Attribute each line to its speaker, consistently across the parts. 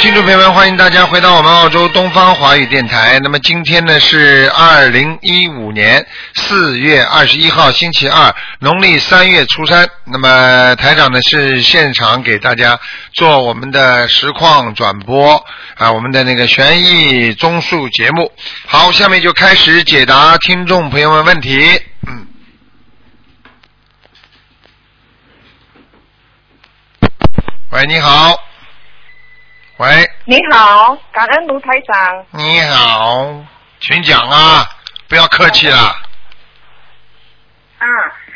Speaker 1: 听众朋友们，欢迎大家回到我们澳洲东方华语电台。那么今天呢是二零一五年四月二十一号，星期二，农历三月初三。那么台长呢是现场给大家做我们的实况转播啊，我们的那个悬疑综述节目。好，下面就开始解答听众朋友们问题。嗯。喂，你好。喂，
Speaker 2: 你好，感恩卢台长。
Speaker 1: 你好，请讲啊，不要客气了。
Speaker 2: 啊，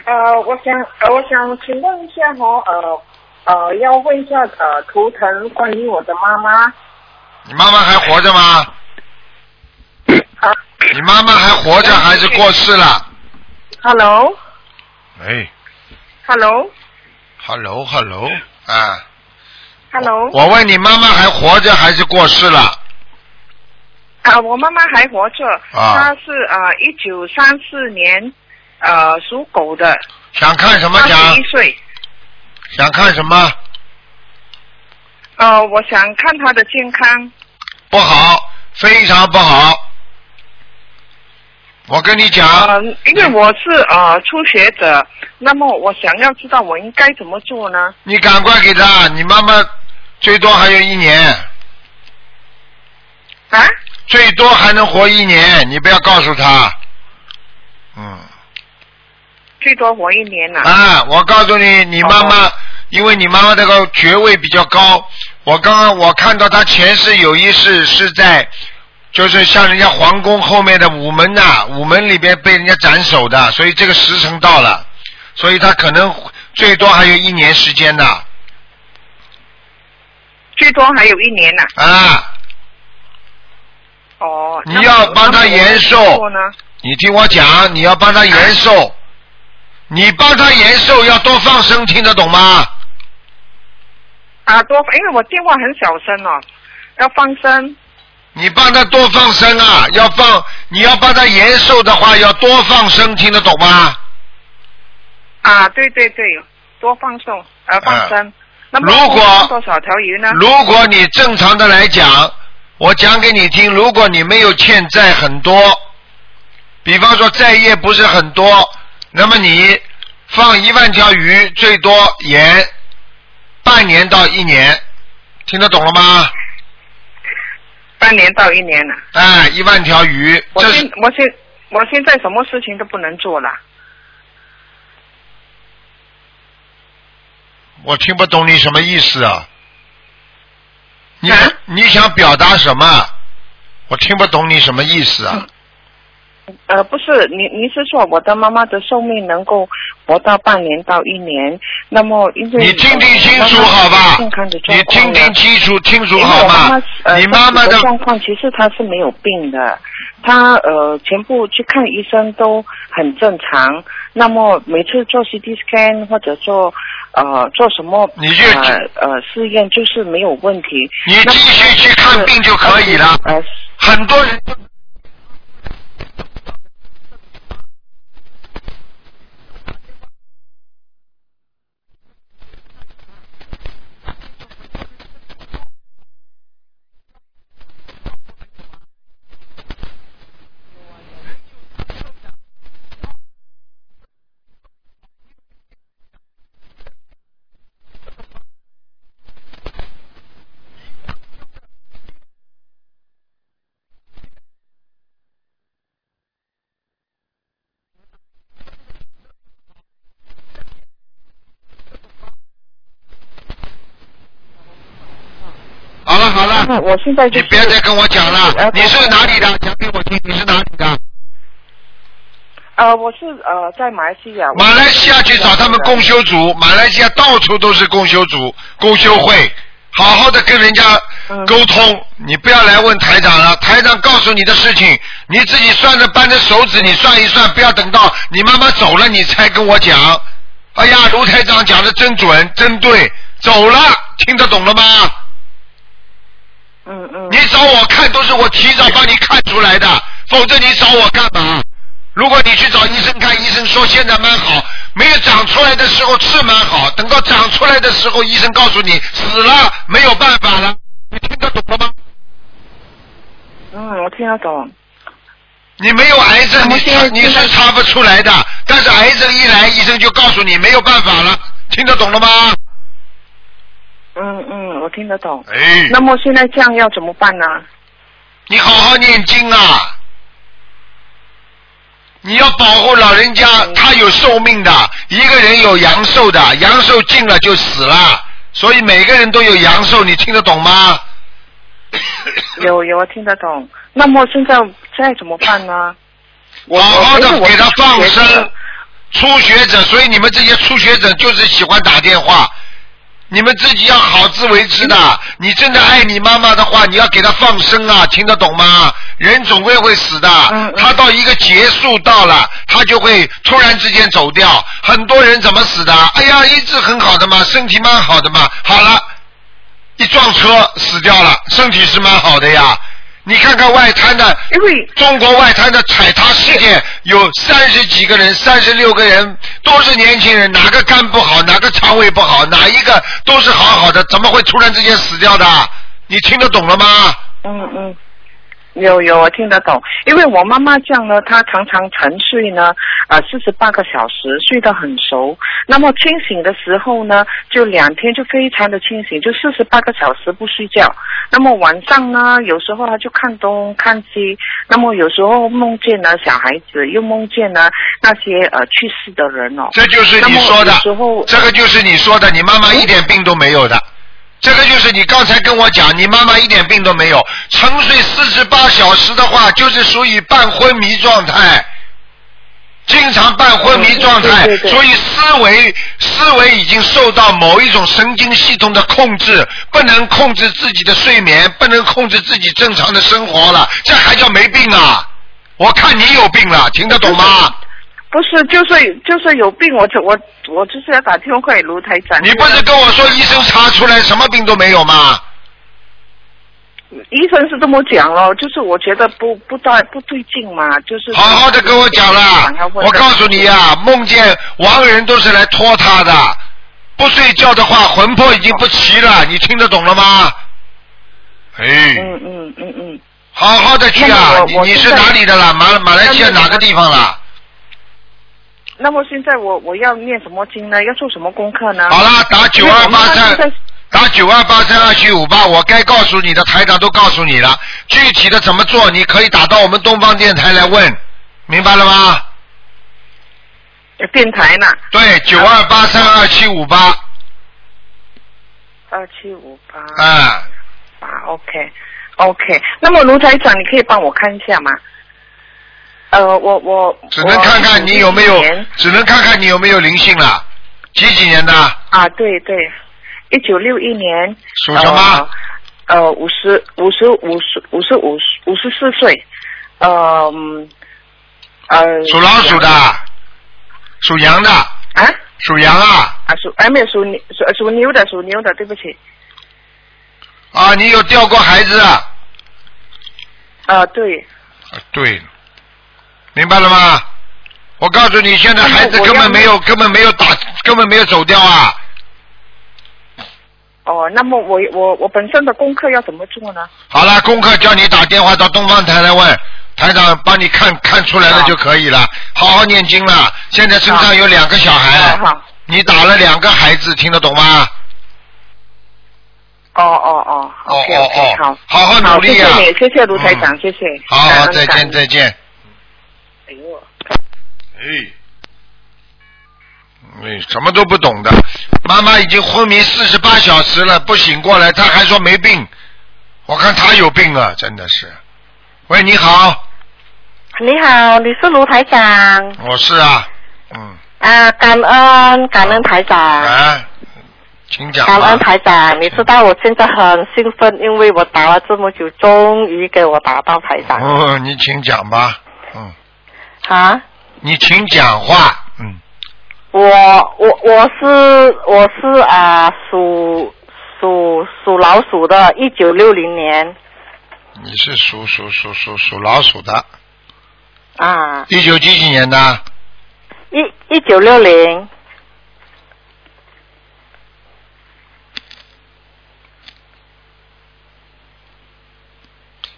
Speaker 2: 呃，我想，呃，我想请问一下哈、哦，呃，呃，要问一下呃，图腾关于我的妈妈。
Speaker 1: 你妈妈还活着吗？
Speaker 2: 啊
Speaker 1: 你妈妈还活着还是过世了？
Speaker 2: ，Hello，Hello，
Speaker 1: 哎，hello hello，啊，
Speaker 2: Hello，
Speaker 1: 我问你妈妈还活着还是过世了？
Speaker 2: 啊，我妈妈还活着，
Speaker 1: 啊
Speaker 2: 她是呃一九三四年呃属狗的，
Speaker 1: 想看什么
Speaker 2: 八
Speaker 1: 讲
Speaker 2: 十一？岁。
Speaker 1: 想看什么？
Speaker 2: 呃，我想看她的健康。
Speaker 1: 不好，非常不好。我跟你讲，
Speaker 2: 呃，因为我是呃初学者，那么我想要知道我应该怎么做呢？
Speaker 1: 你赶快给她，你妈妈最多还有一年。
Speaker 2: 啊？
Speaker 1: 最多还能活一年，你不要告诉他。嗯
Speaker 2: 最多活一年呐、
Speaker 1: 啊，我告诉你，你妈妈，因为你妈妈这个爵位比较高，我刚刚我看到她前世有一世是在，就是像人家皇宫后面的午门呐、午门里边被人家斩首的，所以这个时辰到了，所以她可能最多还有一年时间的
Speaker 2: 最多还有一年呐、
Speaker 1: 啊。
Speaker 2: 哦，
Speaker 1: 你要帮他延寿
Speaker 2: 那么我怎么做呢？
Speaker 1: 你听我讲，你要帮他延寿，你帮他延寿要多放生，听得懂吗？
Speaker 2: 啊，多，因为我电话很小声哦，要放声。
Speaker 1: 你帮他多放生啊，要放，你要帮他延寿的话，要多放生，听得懂吗？
Speaker 2: 啊，对对对，多放送，呃，放声。那么
Speaker 1: 啊如果
Speaker 2: 放多少条鱼呢？
Speaker 1: 如果你正常的来讲，我讲给你听，如果你没有欠债很多，比方说债业不是很多，那么你放一万条鱼，最多延半年到一年，听得懂了吗？
Speaker 2: 半年到一年了、
Speaker 1: 哎，一万条鱼，
Speaker 2: 我
Speaker 1: 这
Speaker 2: 现
Speaker 1: 是
Speaker 2: 我现我现在什么事情都不能做了。
Speaker 1: 我听不懂你什么意思啊？你、
Speaker 2: 啊
Speaker 1: 你想表达什么？我听不懂你什么意思
Speaker 2: 嗯
Speaker 1: 啊？
Speaker 2: 呃，不是，你你是说我的妈妈的寿命能够活到半年到一年？那么因为
Speaker 1: 你听听清楚
Speaker 2: 我妈妈
Speaker 1: 好吧
Speaker 2: 健康的？状
Speaker 1: 你
Speaker 2: 况
Speaker 1: 听
Speaker 2: 呀
Speaker 1: 听清楚清楚
Speaker 2: 因为我
Speaker 1: 好吗
Speaker 2: 妈妈呃，？
Speaker 1: 你妈妈
Speaker 2: 身
Speaker 1: 的
Speaker 2: 体的状况其实她是没有病的，她呃全部去看医生都很正常。那么每次做 CT scan 或者做呃做什么
Speaker 1: 你就
Speaker 2: 呃呃试验就是没有问题。
Speaker 1: 你继续去看病就可以了。
Speaker 2: 呃，
Speaker 1: 很多人好了好了，
Speaker 2: 嗯那我现在就
Speaker 1: 你
Speaker 2: 是
Speaker 1: 别再跟我讲了
Speaker 2: 呃。
Speaker 1: 你是哪里的？讲给我听，你是哪里的？
Speaker 2: 呃我是呃在马来西亚，
Speaker 1: 马来西亚去找他们共修组，马来西亚到处都是共修组、共修会，好好的跟人家
Speaker 2: 嗯
Speaker 1: 沟通，你不要来问台长了，台长告诉你的事情，你自己算着扳着手指，你算一算，不要等到你妈妈走了你才跟我讲。哎呀，卢台长讲的真准，真对，走了，听得懂了吗？
Speaker 2: 嗯嗯
Speaker 1: 你找我看都是我提早帮你看出来的，否则你找我干嘛？如果你去找医生看，医生说现在蛮好，没有长出来的时候是蛮好，等到长出来的时候，医生告诉你死了，没有办法了，你听得懂了吗？
Speaker 2: 是那种
Speaker 1: 你没有癌症，
Speaker 2: 我
Speaker 1: 你
Speaker 2: 现在
Speaker 1: 查你是查不出来的。但是癌症一来，医生就告诉你没有办法了，听得懂了吗？
Speaker 2: 嗯嗯，我听得懂。
Speaker 1: 哎，
Speaker 2: 那么现在这样要怎么办呢？
Speaker 1: 你好好念经啊！你要保护老人家，他有寿命的。一个人有阳寿的，阳寿尽了就死了，所以每个人都有阳寿，你听得懂吗？
Speaker 2: 有有，我听得懂。那么现在现在怎么办呢？我
Speaker 1: 好好的
Speaker 2: 我
Speaker 1: 给他放
Speaker 2: 我觉
Speaker 1: 生
Speaker 2: 得。
Speaker 1: 初学者，所以你们这些初学者就是喜欢打电话。你们自己要好自为之
Speaker 2: 嗯
Speaker 1: 的。你真的爱你妈妈的话，你要给她放生啊，听得懂吗？人总归会死的
Speaker 2: 嗯嗯，
Speaker 1: 她到一个结束到了，她就会突然之间走掉。很多人怎么死的？哎呀，一直很好的嘛，身体蛮好的嘛，好了，一撞车死掉了，身体是蛮好的呀。你看看外滩的
Speaker 2: 因为
Speaker 1: 中国外滩的踩踏事件有三十几个人，三十六个人都是年轻人，哪个肝不好，哪个肠胃不好，哪一个都是好好的，怎么会突然之间死掉的？你听得懂了吗？
Speaker 2: 嗯嗯。有有，我听得懂。因为我妈妈这样呢，她常常沉睡呢，呃，四十八个小时，睡得很熟。那么清醒的时候呢，就两天就非常的清醒，就四十八个小时不睡觉。那么晚上呢，有时候她就看东看西，那么有时候梦见呢小孩子，又梦见呢那些呃去世的人哦。
Speaker 1: 这就是你说的
Speaker 2: 那么有时候，
Speaker 1: 这个就是你说的，你妈妈一点病都没有的。这个就是你刚才跟我讲，你妈妈一点病都没有，沉睡四十八小时的话，就是属于半昏迷状态，经常半昏迷状态，
Speaker 2: 嗯对对对
Speaker 1: 所以思维思维已经受到某一种神经系统的控制，不能控制自己的睡眠，不能控制自己正常的生活了，这还叫没病啊？我看你有病了，听得懂吗？
Speaker 2: 不是，就是就是有病，我就我我就是要打电话给卢台长。
Speaker 1: 你不是跟我说医生查出来什么病都没有吗？
Speaker 2: 医生是这么讲咯，就是我觉得不不对不对劲嘛，就是
Speaker 1: 好好的跟我讲啦
Speaker 2: 想要！问
Speaker 1: 我告诉你呀、梦见亡人都是来拖他的，不睡觉的话，魂魄已经不齐了。你听得懂了吗？哎，
Speaker 2: 嗯嗯嗯嗯，
Speaker 1: 好好的去
Speaker 2: 那
Speaker 1: 啊！
Speaker 2: 么我
Speaker 1: 你
Speaker 2: 我
Speaker 1: 你是
Speaker 2: 现在
Speaker 1: 哪里的啦？马马来西亚
Speaker 2: 那么
Speaker 1: 哪个地方啦？
Speaker 2: 那么现在我我要念什么经呢？要做什么功课呢？
Speaker 1: 好啦，打九
Speaker 2: 因为
Speaker 1: 二
Speaker 2: 我妈
Speaker 1: 八
Speaker 2: 妈现
Speaker 1: 三
Speaker 2: 在，
Speaker 1: 打九二八三二七五八，我该告诉你的台长都告诉你了，具体的怎么做，你可以打到我们东方电台来问，明白了吗？
Speaker 2: 呃电台呢，
Speaker 1: 对，九二八三二七五八，
Speaker 2: 二七五八
Speaker 1: 啊，
Speaker 2: 八，OK OK。那么卢台长，你可以帮我看一下吗？呃，我我
Speaker 1: 只能看看你有没
Speaker 2: 我
Speaker 1: 有
Speaker 2: 今年，
Speaker 1: 只能看看你有没有灵性了。几几年的？
Speaker 2: 啊，对对，一九六一年
Speaker 1: 属什么？
Speaker 2: 呃，呃五十五十五十五十五五十四岁，呃嗯呃，
Speaker 1: 属老鼠的，属羊的，
Speaker 2: 啊
Speaker 1: 属羊啊！
Speaker 2: 啊属哎没有属牛属属牛的属牛的，对不起，
Speaker 1: 啊，你有掉过孩子？啊，
Speaker 2: 啊对，
Speaker 1: 对，明白了吗？我告诉你，现在孩子
Speaker 2: 哎那么我
Speaker 1: 根本
Speaker 2: 要
Speaker 1: 没有，根本没有打，根本没有走掉啊！
Speaker 2: 哦，那么我我我本身的功课要怎么做呢？
Speaker 1: 好了，功课叫你打电话到东方台来问，台长帮你看看出来了就可以了。好好念经了，现在身上有两个小孩
Speaker 2: 哦，好，
Speaker 1: 你打了两个孩子，听得懂吗？
Speaker 2: 哦哦哦，OK
Speaker 1: 哦
Speaker 2: OK，
Speaker 1: 哦
Speaker 2: 好，
Speaker 1: 好好努力啊
Speaker 2: 谢谢你，谢谢卢台长
Speaker 1: 嗯，
Speaker 2: 谢谢，
Speaker 1: 好好，
Speaker 2: 感恩
Speaker 1: 再
Speaker 2: 感
Speaker 1: 见
Speaker 2: 恩
Speaker 1: 再见。
Speaker 2: 哎呦。
Speaker 1: 哎，哎，什么都不懂的。妈妈已经昏迷四十八小时了，不醒过来，她还说没病。我看她有病啊，真的是。喂，你好，
Speaker 3: 你好，你是卢台长
Speaker 1: 我是啊，嗯，
Speaker 3: 啊，感恩感恩台长，
Speaker 1: 啊，请讲
Speaker 3: 感
Speaker 1: 吧
Speaker 3: 恩。台长，你知道我现在很兴奋，因为我打了这么久，终于给我打到台长
Speaker 1: 哦，你请讲吧，嗯，
Speaker 3: 啊！
Speaker 1: 你请讲话，嗯，
Speaker 3: 我我我是我是啊属属属老鼠的，一九六零年
Speaker 1: 你是属属属属属老鼠的，
Speaker 3: 啊，
Speaker 1: 一九几几年的？
Speaker 3: 一一九六零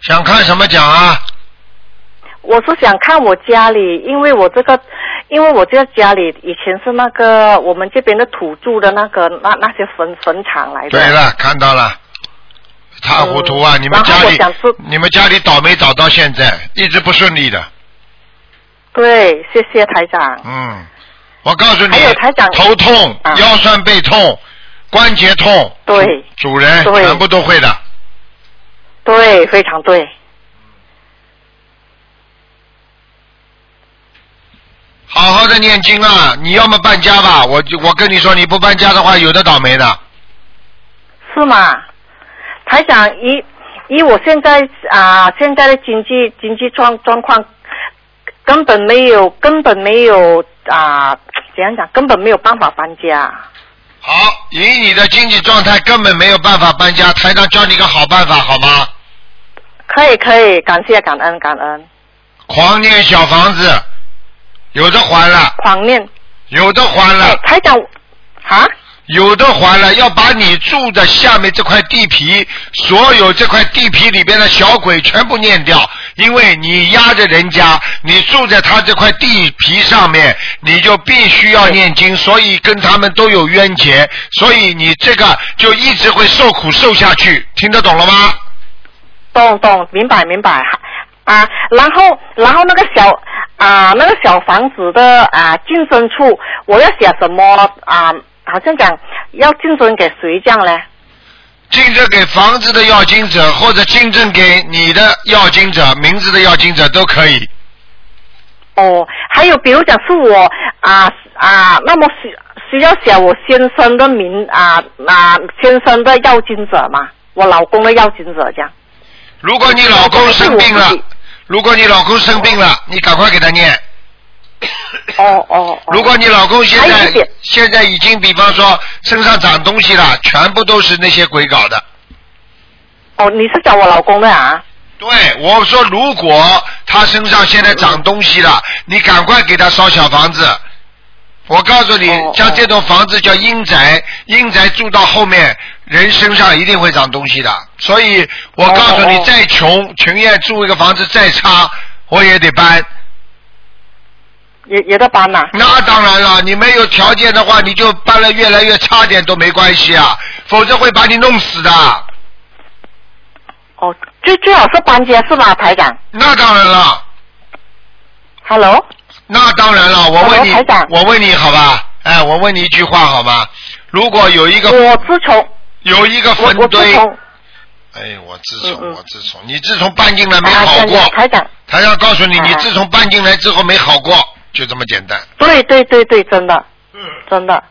Speaker 1: 想看什么讲啊？
Speaker 3: 我是想看我家里，因为我这个，因为我这个家里以前是那个我们这边的土著的那个那那些坟坟场来的。
Speaker 1: 对了，看到了，一塌糊涂啊！
Speaker 3: 嗯
Speaker 1: 你们家
Speaker 3: 然后我
Speaker 1: 里
Speaker 3: 想说，
Speaker 1: 你们家里倒霉倒到现在，一直不顺利的。
Speaker 3: 对，谢谢台长。
Speaker 1: 嗯，我告诉你
Speaker 3: 还有台长，
Speaker 1: 头痛、
Speaker 3: 啊
Speaker 1: 腰酸背痛、关节痛，
Speaker 3: 对
Speaker 1: 主人
Speaker 3: 对
Speaker 1: 全部都会的。
Speaker 3: 对，非常对。
Speaker 1: 好好的念经啊！你要么搬家吧，我就我跟你说，你不搬家的话，有的倒霉的。
Speaker 3: 是吗？台长，以以我现在啊、现在的经济经济状状况，根本没有根本没有啊、怎样讲？根本没有办法搬家。
Speaker 1: 好，以你的经济状态根本没有办法搬家，台长教你一个好办法好吗？
Speaker 3: 可以可以，感谢感恩感恩，
Speaker 1: 狂念小房子，有的还了，
Speaker 3: 狂念。
Speaker 1: 有的还
Speaker 3: 哎
Speaker 1: 了，，
Speaker 3: 台长，啊，
Speaker 1: 有的还了，要把你住的下面这块地皮，所有这块地皮里边的小鬼全部念掉，因为你压着人家，你住在他这块地皮上面，你就必须要念经，所以跟他们都有冤结，所以你这个就一直会受苦受下去，听得懂了吗？
Speaker 3: 懂懂，明白明白。啊，然后然后那个小啊那个小房子的啊净身处，我要写什么啊？好像讲要净身给谁这样嘞？
Speaker 1: 竞争给房子的要经者，或者竞争给你的要经者、名字的要经者都可以。
Speaker 3: 哦，还有比如讲是我啊啊，那么需需要写我先生的名啊啊先生的要经者嘛，我老公的要经者这样。
Speaker 1: 如果你老公生病
Speaker 3: 哎我哎
Speaker 1: 了
Speaker 3: 自己，
Speaker 1: 如果你老公生病了，你赶快给他念。
Speaker 3: 哦哦。哦
Speaker 1: 如果你老公现
Speaker 3: 还有
Speaker 1: 在
Speaker 3: 一点
Speaker 1: 现在已经，比方说身上长东西了，全部都是那些鬼搞的。
Speaker 3: 哦，你是讲我老公的啊？
Speaker 1: 对，我说如果他身上现在长东西了，你赶快给他烧小房子。我告诉你
Speaker 3: 哦，
Speaker 1: 像
Speaker 3: 哦
Speaker 1: 这种房子叫阴宅，阴宅住到后面，人身上一定会长东西的。所以我告诉
Speaker 3: 哦
Speaker 1: 你
Speaker 3: 哦，
Speaker 1: 再穷，情愿住一个房子再差，我也得搬。
Speaker 3: 也也在搬呐、
Speaker 1: 那当然了，你没有条件的话，你就搬了越来越差点都没关系啊，否则会把你弄死的。
Speaker 3: 哦，最最好是搬家是吧，台长
Speaker 1: 那当然了，
Speaker 3: ？Hello，
Speaker 1: 那当然了，我问你
Speaker 3: 台长，
Speaker 1: 我问你好吧？哎，我问你一句话好吧？如果有一个
Speaker 3: 我自从
Speaker 1: 有一个
Speaker 3: 我
Speaker 1: 坟
Speaker 3: 嗯我自
Speaker 1: 堆，
Speaker 3: 从
Speaker 1: 哎，我自
Speaker 3: 嗯
Speaker 1: 从
Speaker 3: 嗯
Speaker 1: 我自从你自从搬进来没
Speaker 3: 啊，
Speaker 1: 好
Speaker 3: 真的
Speaker 1: 过，
Speaker 3: 台长，
Speaker 1: 他要告诉你，
Speaker 3: 啊
Speaker 1: 你自从搬进来之后没好过，就这么简单。
Speaker 3: 对对对对，真的
Speaker 1: 嗯
Speaker 3: 真的。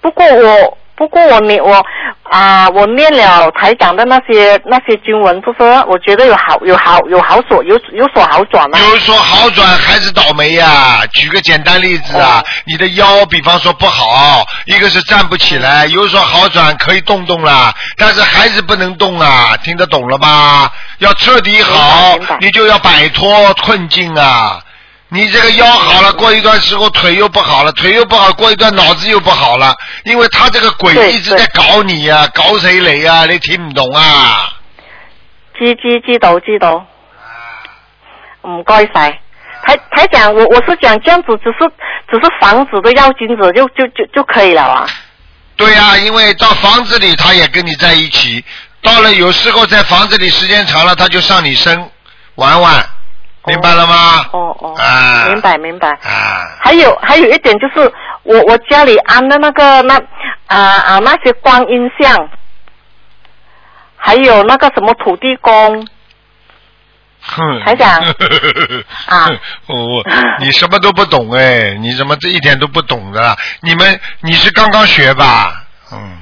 Speaker 3: 不过我不过我念我啊、我念了台长的那些那些经文，不是我觉得有好有好有好所有有所好转啊嘛。
Speaker 1: 有说好转还是倒霉呀、举个简单例子啊
Speaker 3: 哦，
Speaker 1: 你的腰比方说不好，一个是站不起来，有说好转可以动动啦，但是还是不能动啊，听得懂了吗？要彻底好
Speaker 3: 明白明白，
Speaker 1: 你就要摆脱困境啊。你这个腰好
Speaker 3: 嗯
Speaker 1: 了，过一段时候腿又不好了，腿又不好，过一段脑子又不好了，因为他这个鬼
Speaker 3: 对
Speaker 1: 一直在搞你呀、搞谁雷呀、你听不懂啊？
Speaker 3: 知知知道知道。
Speaker 1: 啊
Speaker 3: 唔该晒。台台长，我我是讲这样子，只是只是房子的要金子就就就就可以了啊。
Speaker 1: 对呀、因为到房子里他也跟你在一起，到了有时候在房子里时间长了，他就上你身玩玩，明白了吗？
Speaker 3: 哦哦，
Speaker 1: 啊，
Speaker 3: 明白明白。
Speaker 1: 啊，
Speaker 3: 还有还有一点就是，我我家里安的那个那啊啊那些观音像，还有那个什么土地公
Speaker 1: 哼
Speaker 3: 台长啊
Speaker 1: 我、你什么都不懂哎，你怎么这一点都不懂的？你们你是刚刚学吧？嗯，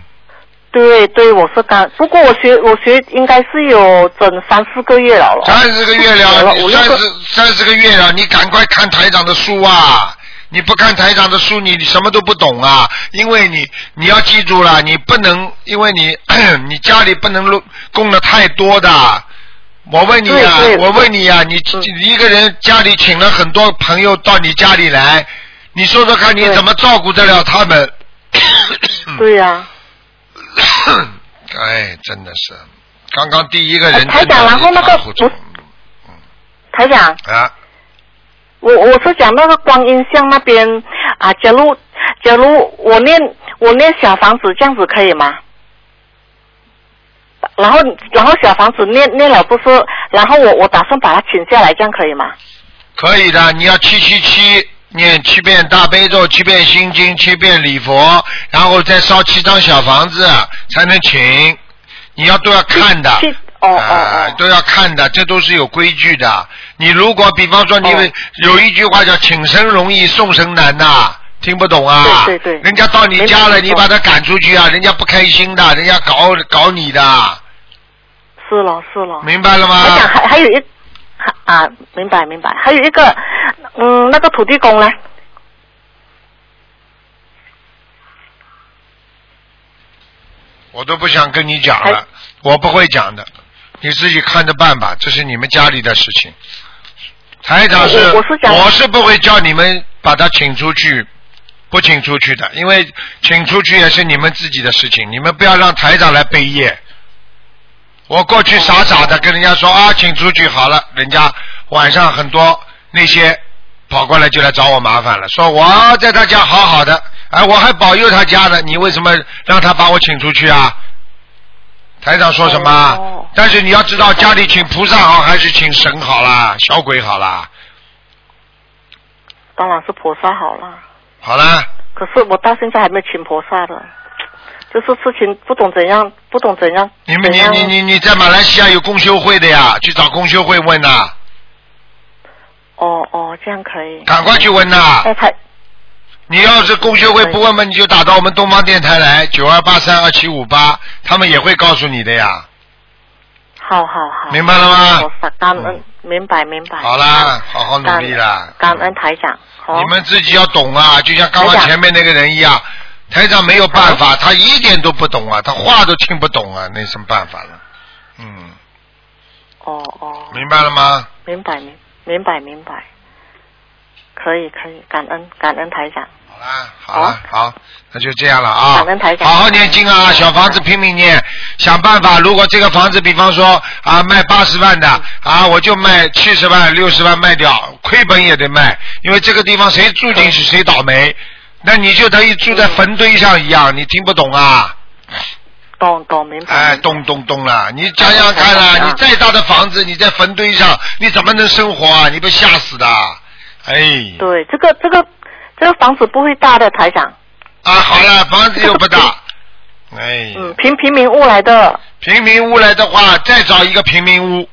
Speaker 3: 对对，我是刚，不过我学我学应该是有整三四个月了咯。
Speaker 1: 三十个月
Speaker 3: 学
Speaker 1: 了
Speaker 3: 了五，六
Speaker 1: 三
Speaker 3: 个
Speaker 1: 十三十个月了，你赶快看台长的书啊！你不看台长的书，你你什么都不懂啊！因为你你要记住了，你不能因为你 你家里不能供的太多的。我问你呀、
Speaker 3: 对对嗯
Speaker 1: 我问你呀、啊你你一个人家里请了很多朋友到你家里来，你说说看你
Speaker 3: 对
Speaker 1: 怎么照顾得了他们？
Speaker 3: 对呀、
Speaker 1: 嗯 哎，真的是，刚刚第一个人
Speaker 3: 哎台
Speaker 1: 真的
Speaker 3: 长然后那个
Speaker 1: 一塌糊涂
Speaker 3: 不台长，
Speaker 1: 啊，
Speaker 3: 我我是讲那个观音像那边啊，假如假如我念我念小房子这样子可以吗？然后然后小房子念念了不是，然后我我打算把它请下来，这样可以吗？
Speaker 1: 可以的，你要七七七念七遍大悲咒，七遍心经，七遍礼佛，然后再烧七张小房子才能请。你要都要看的，
Speaker 3: 去哦哦
Speaker 1: 啊
Speaker 3: 哦，
Speaker 1: 都要看的，这都是有规矩的。你如果比方说你
Speaker 3: 哦
Speaker 1: 有一句话叫“请神容易送神难”呐，听不懂啊？
Speaker 3: 对对对
Speaker 1: 人家到你家了，
Speaker 3: 没听
Speaker 1: 你
Speaker 3: 懂
Speaker 1: 把他赶出去啊，人家不开心的，人家搞搞你的，
Speaker 3: 是咯是咯。
Speaker 1: 明白了
Speaker 3: 哦我想
Speaker 1: 吗？
Speaker 3: 还还有一啊，明白明白，还有一个嗯，那个土地公呢？
Speaker 1: 我都不想跟你讲了，我不会讲的，你自己看着办吧，这是你们家里的事情。台长是，
Speaker 3: 我我是想
Speaker 1: 我是不会叫你们把他请出去，不请出去的，因为请出去也是你们自己的事情，你们不要让台长来背业。我过去傻傻的跟人家说啊，请出去好了，人家晚上很多那些跑过来就来找我麻烦了，说我在他家好好的，哎，我还保佑他家呢，你为什么让他把我请出去啊？台长说什么啊？
Speaker 3: 哦
Speaker 1: 但是你要知道，家里请菩萨好还是请神好啦，小鬼好啦，
Speaker 3: 当然是菩萨好了。
Speaker 1: 好啦，
Speaker 3: 可是我到现在还没有请菩萨的，就是事情不懂怎样，不懂怎样。
Speaker 1: 你们
Speaker 3: 怎
Speaker 1: 你
Speaker 3: 样
Speaker 1: 你你你在马来西亚有共修会的呀，去找共修会问呐、
Speaker 3: 哦哦，这样可以。
Speaker 1: 赶快去问呐、
Speaker 3: 哎，台
Speaker 1: 你要是共修会不问问，你就打到我们东方电台来九二八三二七五八，他们也会告诉你的呀，
Speaker 3: 好好好。
Speaker 1: 明白了
Speaker 3: 我
Speaker 1: 吗？
Speaker 3: 发感恩，明白明白。
Speaker 1: 好啦，好好努
Speaker 3: 感恩，
Speaker 1: 力啦。
Speaker 3: 感恩台长。好
Speaker 1: 你们自己要懂啊，就像刚刚
Speaker 3: 台长
Speaker 1: 前面那个人一样，台长没有办法，他一点都不懂啊，他话都听不懂啊，那什么办法了？嗯，
Speaker 3: 哦哦，
Speaker 1: 明白了吗？
Speaker 3: 明白明明白明白，可以可以，感恩感恩台长。
Speaker 1: 好啦，好啦，好，那就这样了啊
Speaker 3: 感恩台。长嗯
Speaker 1: 好好念经啊，小房子拼命念，想办法。如果这个房子，比方说啊，卖八十万的啊，我就卖七十万、六十万卖掉，亏本也得卖，因为这个地方谁住进
Speaker 3: 嗯
Speaker 1: 去谁倒霉。那你就等于住在坟堆上一样，你听不懂啊？
Speaker 3: 懂懂明白。
Speaker 1: 哎，
Speaker 3: 明白
Speaker 1: 咚咚咚了！你想想看啦、
Speaker 3: 嗯
Speaker 1: 你再大的房子，你在坟堆上，你怎么能生活啊？你被吓死的！哎，
Speaker 3: 对，这个这个这个房子不会大的，台长。
Speaker 1: 啊，好了，房子又不 大，哎，
Speaker 3: 嗯，平平民屋来的，
Speaker 1: 平民屋来的话，再找一个平民屋，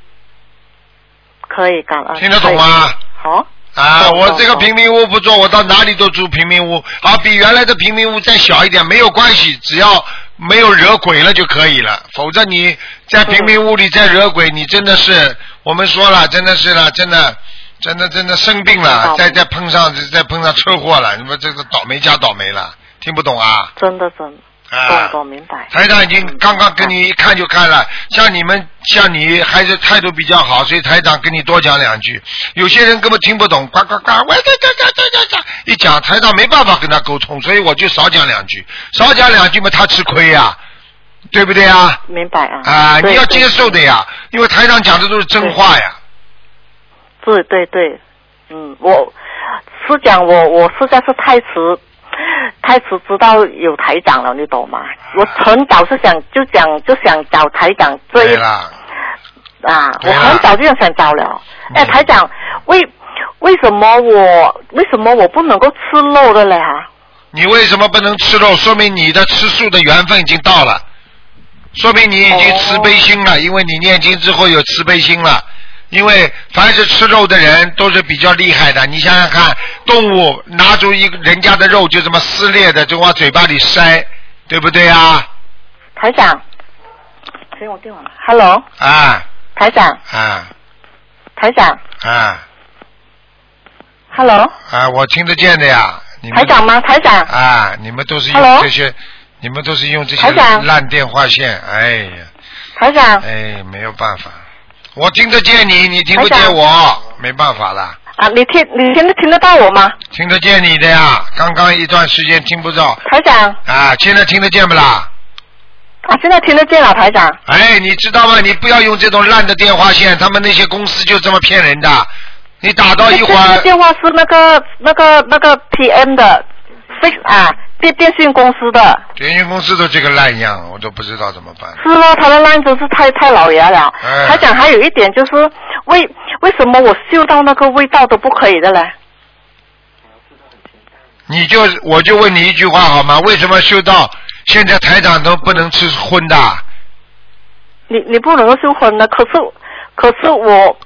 Speaker 3: 可以感恩。
Speaker 1: 听得懂吗？
Speaker 3: 啊可以？好，
Speaker 1: 啊，
Speaker 3: 懂
Speaker 1: 我
Speaker 3: 懂
Speaker 1: 这个
Speaker 3: 懂
Speaker 1: 平民屋不做，我到哪里都住平民屋，好，比原来的平民屋再小一点没有关系，只要没有惹鬼了就可以了，否则你在平民屋里再惹鬼，你真的是我们说了，真的是了，真的。真的真的生病了
Speaker 3: 倒，霉
Speaker 1: 再再碰上再碰上车祸了，你们这个倒霉加倒霉了，听不懂啊？
Speaker 3: 真的真的，
Speaker 1: 啊，
Speaker 3: 懂懂明白。
Speaker 1: 台长已经刚刚跟你一看就看了，像你们像你还是态度比较好，所以台长跟你多讲两句。有些人根本听不懂，呱呱呱，喂，这这这这这这，一讲台长没办法跟他沟通，所以我就少讲两句，少讲两句嘛，他吃亏呀、对不对呀、
Speaker 3: 明白啊
Speaker 1: 啊？你要接
Speaker 3: 对
Speaker 1: 受的呀，因为台长讲的都是真话呀。
Speaker 3: 对对对，嗯，我是讲我我实在是太迟，太迟知道有台长了，你懂吗？我
Speaker 1: 啊
Speaker 3: 很早是想就想就想找台长这
Speaker 1: 对
Speaker 3: 一
Speaker 1: 啦，
Speaker 3: 啊，我
Speaker 1: 对啦
Speaker 3: 很早就想找了。哎，
Speaker 1: 嗯
Speaker 3: 台长，为为什么我为什么我不能够吃肉的嘞？哈，
Speaker 1: 你为什么不能吃肉？说明你的吃素的缘分已经到了，说明你已经慈悲心
Speaker 3: 哦
Speaker 1: 了，因为你念经之后有慈悲心了。因为凡是吃肉的人都是比较厉害的，你想想看，动物拿出一个人家的肉就这么撕裂的就往嘴巴里塞，对不对啊？
Speaker 3: 台长，给我电话。Hello，
Speaker 1: 啊
Speaker 3: 台长，
Speaker 1: 啊
Speaker 3: 台长
Speaker 1: 啊
Speaker 3: ，Hello，
Speaker 1: 啊！我听得见的呀，你们
Speaker 3: 台长吗？台长，
Speaker 1: 啊，你们都是用
Speaker 3: Hello？
Speaker 1: 这些，你们都是用这些
Speaker 3: 台长
Speaker 1: 烂电话线，哎呀。
Speaker 3: 台长
Speaker 1: 哎，没有办法，我听得见你，你听不
Speaker 3: 台
Speaker 1: 见
Speaker 3: 长
Speaker 1: 我，没办法啦，
Speaker 3: 啊，你听你听听得到我吗？
Speaker 1: 听得见你的呀，刚刚一段时间听不到
Speaker 3: 台长，
Speaker 1: 啊，现在听得见不啦？
Speaker 3: 啊，现在听得见了，台长。
Speaker 1: 哎，你知道吗？你不要用这种烂的电话线，他们那些公司就这么骗人的。你打到一会
Speaker 3: 这
Speaker 1: 儿
Speaker 3: 个，电话是那个那个那个 PM 的 fix 啊，电电信公司的，
Speaker 1: 电信公司都这个烂样，我都不知道怎么办。
Speaker 3: 是咯，他的 line 真是太太老牙了。
Speaker 1: 哎
Speaker 3: 台长还有一点就是，为为什么我嗅到那个味道都不可以的嘞？
Speaker 1: 你就我就问你一句话好吗？为什么修道现在台长都不能吃荤的？
Speaker 3: 你你不能修婚的，可是可是我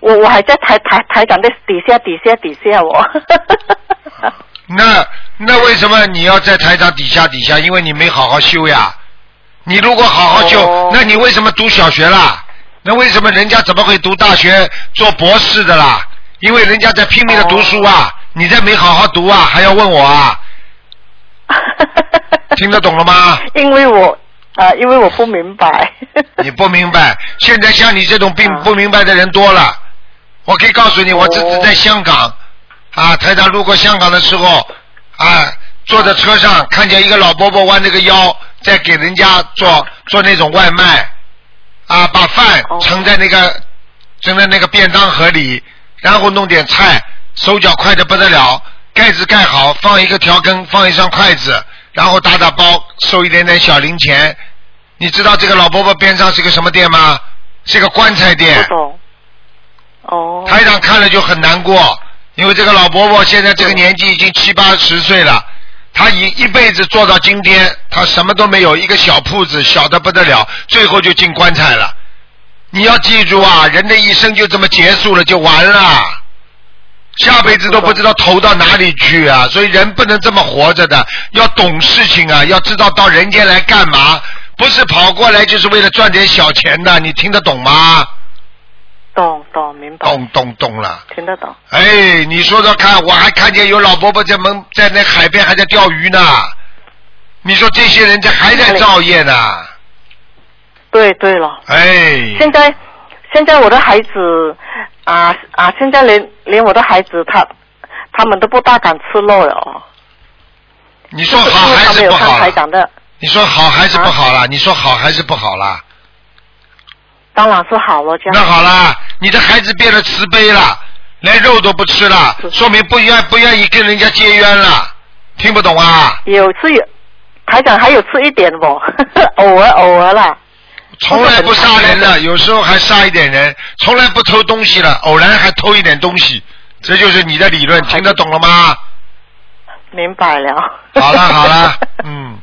Speaker 3: 我我还在台台台长的底下底下底下我。
Speaker 1: 那那为什么你要在台长底下底下？因为你没好好修呀。你如果好好修，
Speaker 3: 哦
Speaker 1: 那你为什么读小学啦？那为什么人家怎么会读大学做博士的啦？因为人家在拼命的读书啊，你在没好好读啊，还要问我啊？听得懂了吗？
Speaker 3: 因为我呃，因为我不明白。
Speaker 1: 你不明白，现在像你这种并
Speaker 3: 啊
Speaker 1: 不明白的人多了。我可以告诉你，我这次
Speaker 3: 哦
Speaker 1: 在香港，啊，台长路过香港的时候，啊，坐在车上看见一个老伯伯弯着个腰，在给人家做做那种外卖，啊，把饭
Speaker 3: 哦
Speaker 1: 盛在那个盛在那个便当盒里，然后弄点菜，手脚快的不得了，盖子盖好，放一个调羹，放一双筷子，然后打打包，收一点点小零钱。你知道这个老伯伯边上是个什么店吗？是个棺材店。
Speaker 3: 不懂。哦。
Speaker 1: 台长看了就很难过，因为这个老伯伯现在这个年纪已经七八十岁了，他一一辈子做到今天，他什么都没有，一个小铺子小的不得了，最后就进棺材了。你要记住啊，人的一生就这么结束了，就完了。下辈子都不知道投到哪里去啊！所以人不能这么活着的，要懂事情啊，要知道到人间来干嘛，不是跑过来就是为了赚点小钱的，你听得懂吗？
Speaker 3: 懂懂明白。
Speaker 1: 懂懂懂了。
Speaker 3: 听得懂。
Speaker 1: 哎，你说说看，我还看见有老伯伯在门在那海边还在钓鱼呢。你说这些人这还在造业呢？
Speaker 3: 对对了，
Speaker 1: 哎，
Speaker 3: 现在现在我的孩子啊啊，现在连连我的孩子他他们都不大敢吃肉了哦。
Speaker 1: 你说
Speaker 3: 就是
Speaker 1: 好
Speaker 3: 因为
Speaker 1: 还
Speaker 3: 他们
Speaker 1: 是
Speaker 3: 有
Speaker 1: 不
Speaker 3: 看
Speaker 1: 好啊
Speaker 3: 台长
Speaker 1: 啦？
Speaker 3: 的，
Speaker 1: 你说好还是不
Speaker 3: 啊
Speaker 1: 好啦？你说好还是不好啦？
Speaker 3: 当然是好了，这
Speaker 1: 那
Speaker 3: 样。
Speaker 1: 好啦，你的孩子变得慈悲了，连肉都不吃了，
Speaker 3: 是
Speaker 1: 说明不愿不愿意跟人家结冤了。听不懂啊？
Speaker 3: 有吃有，台长还有吃一点不？ 偶尔偶尔啦。
Speaker 1: 从来不杀人的，有时候还杀一点人；从来不偷东西了，偶然还偷一点东西。这就是你的理论，听得懂了吗？
Speaker 3: 明白了。
Speaker 1: 好了好 了，嗯，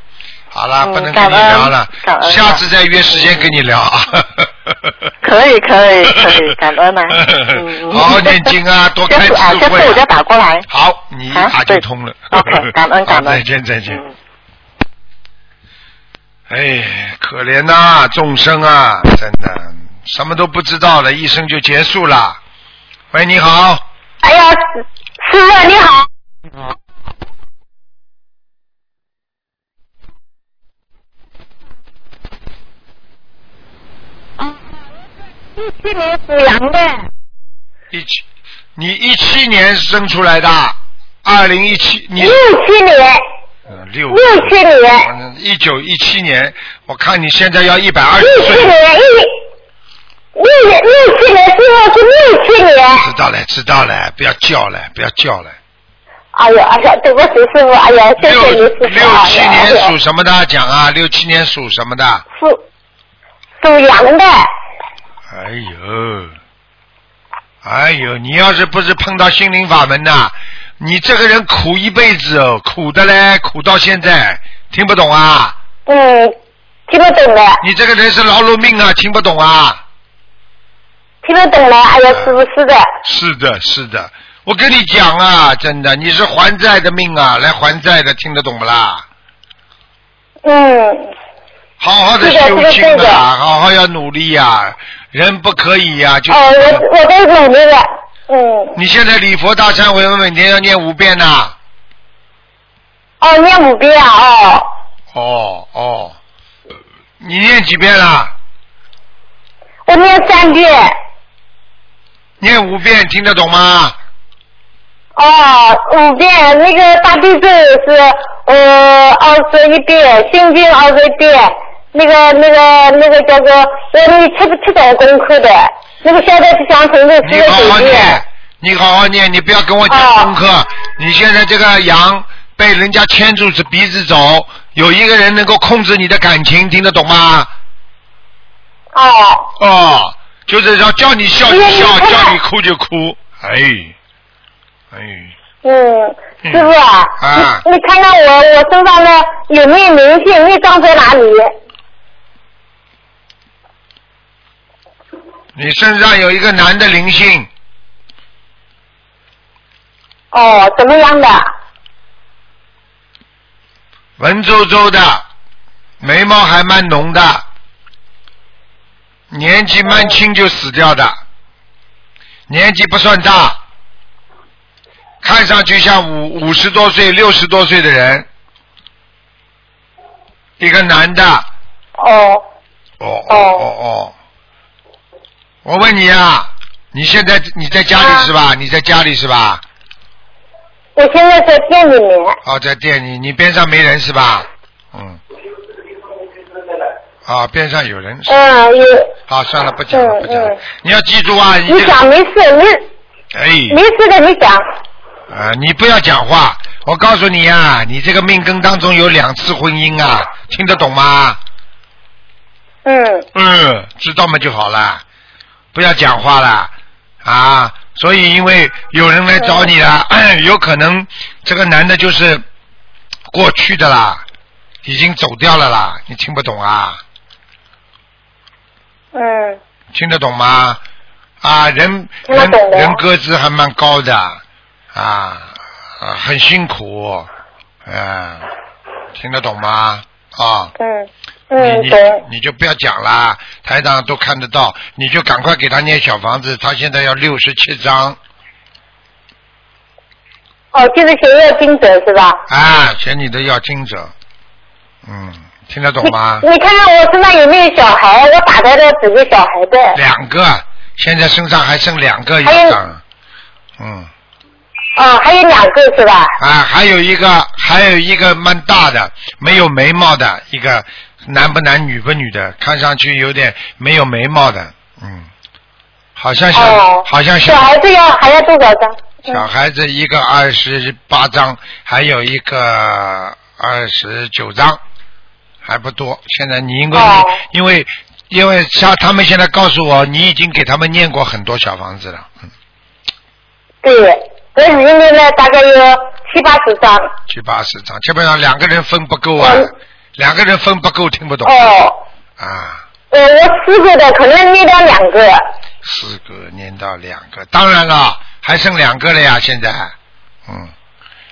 Speaker 1: 好了，
Speaker 3: 嗯
Speaker 1: 不能跟你聊了
Speaker 3: 感，恩嗯
Speaker 1: 下次再约时间跟你聊啊。
Speaker 3: 可以可以可以，感 恩啊！嗯
Speaker 1: 好好念经啊，多
Speaker 3: 下
Speaker 1: 开智
Speaker 3: 次啊，下
Speaker 1: 慧
Speaker 3: 次我再
Speaker 1: 啊。
Speaker 3: 打过来。
Speaker 1: 好，你一打
Speaker 3: 啊
Speaker 1: 就
Speaker 3: 对
Speaker 1: 通了。
Speaker 3: OK，感恩感
Speaker 1: 好
Speaker 3: 恩。
Speaker 1: 再见再见。
Speaker 3: 嗯
Speaker 1: 哎，可怜呐、众生啊，真的什么都不知道了，一生就结束了。喂，你好。
Speaker 4: 哎呀， 师傅你好，一七年属羊的，
Speaker 1: 一七，你一七年生出来的，二零一七，你
Speaker 4: 六七年，
Speaker 1: 呃六
Speaker 4: 六七
Speaker 1: 哎
Speaker 4: 年，
Speaker 1: 一九一七年，我看你现在要一百二十
Speaker 4: 六七
Speaker 1: 岁，
Speaker 4: 年一，六六七年，师傅是六七年。
Speaker 1: 知道了，知道了，不要叫了，不要叫了。
Speaker 4: 哎呀，哎呀，对不起师傅，哎呀，谢谢你
Speaker 1: 六
Speaker 4: 师傅
Speaker 1: 六
Speaker 4: 啊，
Speaker 1: 七
Speaker 4: 哎
Speaker 1: 年
Speaker 4: 呀
Speaker 1: 属什么的？讲啊，六七年属什么的？
Speaker 4: 属属羊的，
Speaker 1: 哎呦，哎呦，你要是不是碰到心灵法门呐、你这个人苦一辈子哦，苦的嘞，苦到现在，听不懂啊？
Speaker 4: 嗯，听不懂的，
Speaker 1: 你这个人是劳碌命啊，听不懂啊？
Speaker 4: 听不懂的，哎呀，师傅是的，
Speaker 1: 是的，是的，我跟你讲啊，真的，你是还债的命啊，来还债的，听得懂不啦？
Speaker 4: 嗯，
Speaker 1: 好好的
Speaker 4: 是的是
Speaker 1: 修
Speaker 4: 的
Speaker 1: 心
Speaker 4: 是的
Speaker 1: 啊，好好要努力呀、人不可以呀、就、
Speaker 4: 哦，我我都努力了，嗯，
Speaker 1: 你现在礼佛大忏悔文每天要念五遍呐、
Speaker 4: 哦，念五遍啊，哦，
Speaker 1: 哦哦，你念几遍啦？
Speaker 4: 我念三遍，
Speaker 1: 念五遍听得懂吗？
Speaker 4: 哦，五遍，那个大地咒是呃二十一遍，心经二十一遍，
Speaker 5: 那个那个那个叫做我你特特懂功课的，那个现在是想从这
Speaker 1: 你
Speaker 5: 这个
Speaker 1: 好好
Speaker 5: 手机。
Speaker 1: 念，你好好念，你不要跟我讲功课。
Speaker 5: 哦
Speaker 1: 你现在这个羊被人家牵住鼻子走，有一个人能够控制你的感情，听得懂吗？
Speaker 5: 哦，
Speaker 1: 哦，就是要叫你笑就
Speaker 5: 哎呀
Speaker 1: 笑，
Speaker 5: 你看
Speaker 1: 叫你哭就哭。哎，哎，
Speaker 5: 嗯，
Speaker 1: 嗯
Speaker 5: 师傅啊，
Speaker 1: 啊
Speaker 5: 你你看看我我身上的有没有灵性，孽障在哪里？
Speaker 1: 你身上有一个男的灵性，
Speaker 5: 哦，怎么样的？
Speaker 1: 文绉绉的，眉毛还蛮浓的，年纪蛮轻就死掉的，年纪不算大，看上去像五五十多岁、六十多岁的人，一个男的，
Speaker 5: 哦，
Speaker 1: 哦哦
Speaker 5: 哦
Speaker 1: 哦哦，我问你啊，你现在你在家里是吧？你在家里是吧？
Speaker 5: 我现在在店里面。
Speaker 1: 哦，在店里，你边上没人是吧？嗯。啊，边上有人。
Speaker 5: 嗯，有。
Speaker 1: 好，算了，不讲了，
Speaker 5: 嗯
Speaker 1: 不讲了
Speaker 5: 嗯。
Speaker 1: 你要记住啊，你
Speaker 5: 你
Speaker 1: 这
Speaker 5: 讲
Speaker 1: 个，
Speaker 5: 没事，没
Speaker 1: 哎，
Speaker 5: 没事的，你讲。
Speaker 1: 啊，你不要讲话。我告诉你啊，你这个命根当中有两次婚姻啊，听得懂吗？
Speaker 5: 嗯，
Speaker 1: 嗯，知道嘛就好了，不要讲话了啊。所以因为有人来找你了， 有可能这个男的就是过去的啦，已经走掉了啦，你听不懂啊？
Speaker 5: 嗯，
Speaker 1: 听得懂吗？啊，人
Speaker 5: 听得
Speaker 1: 人
Speaker 5: 懂的
Speaker 1: 人个子还蛮高的啊，啊，很辛苦，嗯，听得懂吗？啊。
Speaker 5: 嗯，
Speaker 1: 你
Speaker 5: 嗯，
Speaker 1: 你
Speaker 5: 懂。
Speaker 1: 你就不要讲啦，台长都看得到，你就赶快给他念小房子，他现在要六十七张，
Speaker 5: 哦，就是学业精准是吧？
Speaker 1: 啊，写你的要经者，嗯，听得懂 吗？
Speaker 5: 你你看看我身上有没有小孩？我打胎了几个小孩的？
Speaker 1: 两个，现在身上还剩两个
Speaker 5: 还
Speaker 1: 要
Speaker 5: 有
Speaker 1: 张，嗯，
Speaker 5: 哦，还有两个是吧？
Speaker 1: 啊，还有一个，还有一个蛮大的，没有眉毛的一个，男不男女不女的，看上去有点没有眉毛的，嗯，好像小，
Speaker 5: 哦，
Speaker 1: 好像小
Speaker 5: 小孩子要还要多少张？
Speaker 1: 小孩子一个二十八张，还有一个二十九张，还不多。现在你因为、
Speaker 5: 哦
Speaker 1: 因为因为像他们现在告诉我，你已经给他们念过很多小房子了，嗯，
Speaker 5: 对，我已经念了大概有七八十张。
Speaker 1: 七八十张，基本上两个人分不够啊，
Speaker 5: 嗯
Speaker 1: 两个人分不够，听不懂、
Speaker 5: 哦，
Speaker 1: 啊。
Speaker 5: 我我四个的，可能念到两个。
Speaker 1: 四个念到两个，当然了，还剩两个了呀，现在，嗯，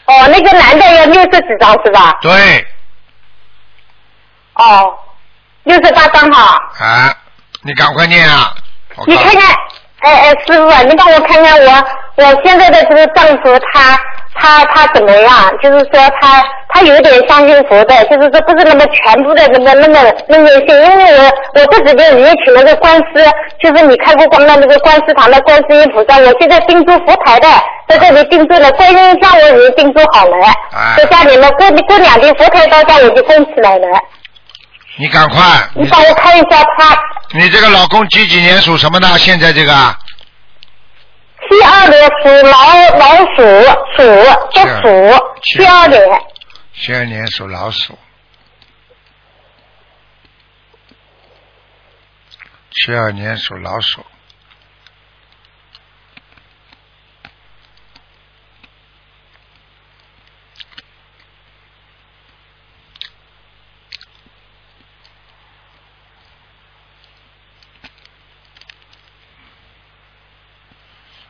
Speaker 5: 哦，那个男的要六十几张是吧？
Speaker 1: 对，
Speaker 5: 哦，六十八张哈。
Speaker 1: 啊，你赶快念啊，我
Speaker 5: 你
Speaker 1: 告诉
Speaker 5: 看看，哎哎，师傅啊，你帮我看看我我现在的这个丈夫他。他他怎么样？就是说他他有点相信佛的，就是说不是那么全部的那么那么那么信，因为我我这几天你也请了个官司，就是你开过光的那个观世堂的观世音菩萨，我现在定做佛台的，在这里定做了，观音像我已经定做好了，
Speaker 1: 哎
Speaker 5: 在家里呢，过过两天佛台到家我就供起来了，
Speaker 1: 你赶快，
Speaker 5: 你
Speaker 1: 你
Speaker 5: 帮我看一下他
Speaker 1: 你这个老公几几年属什么的？现在这个啊
Speaker 5: 七二年属老老鼠鼠的鼠，
Speaker 1: 是
Speaker 5: 七二年，
Speaker 1: 七二年属老鼠，七二年属老鼠。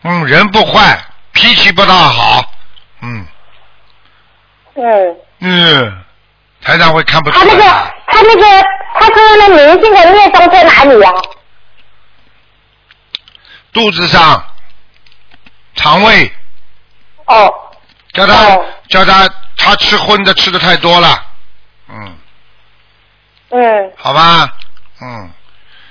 Speaker 1: 嗯，人不坏，脾气不大好，嗯。
Speaker 5: 嗯，
Speaker 1: 嗯，台长会看不出
Speaker 5: 他那个
Speaker 1: 来、
Speaker 5: 他那个他身上的明星的面相在哪里呀、
Speaker 1: 肚子上、肠胃，
Speaker 5: 哦
Speaker 1: 叫他、
Speaker 5: 哦
Speaker 1: 叫他他吃荤的吃的太多了，嗯，
Speaker 5: 嗯，
Speaker 1: 好吧，嗯，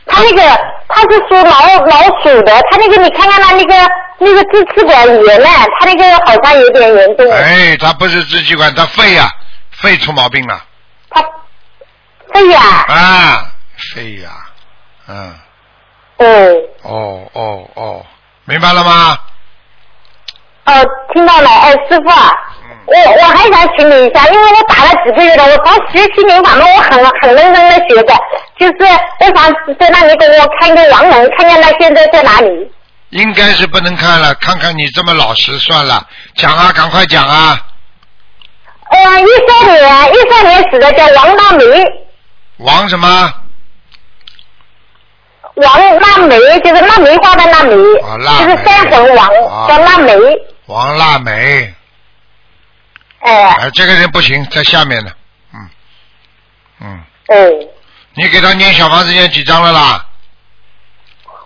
Speaker 5: 他那个他是属老老鼠的，他那个你看看他那个那个支气管炎呢，他那个好像有点严重，
Speaker 1: 啊哎，他不是支气管，他肺呀、肺出毛病了，
Speaker 5: 他
Speaker 4: 肺呀、
Speaker 1: 啊，肺呀、嗯，
Speaker 5: 아, 네.
Speaker 4: 嗯，
Speaker 1: 哦哦哦，明白了吗？
Speaker 4: 哦，听到了，哎，师傅啊，
Speaker 1: 嗯
Speaker 4: 我我还想请你一下，因为我打了几个月了，我从学心灵法门，我很很认真的学的，就是我想在那里给我看个王人，看看他现在在哪里。
Speaker 1: 应该是不能看了，看看你这么老实算了，讲啊，赶快讲啊！
Speaker 4: 呃，一三年，一三年死的叫王大梅，
Speaker 1: 王什么？
Speaker 4: 王腊梅就是腊梅花的腊梅，
Speaker 1: 哦腊梅
Speaker 4: 就是三横王、
Speaker 1: 哦
Speaker 4: 叫腊梅，
Speaker 1: 王腊梅，
Speaker 4: 哎、
Speaker 1: 哎，这个人不行，在下面呢，嗯，嗯，
Speaker 4: 嗯。
Speaker 1: 你给他念小房子念几张了啦？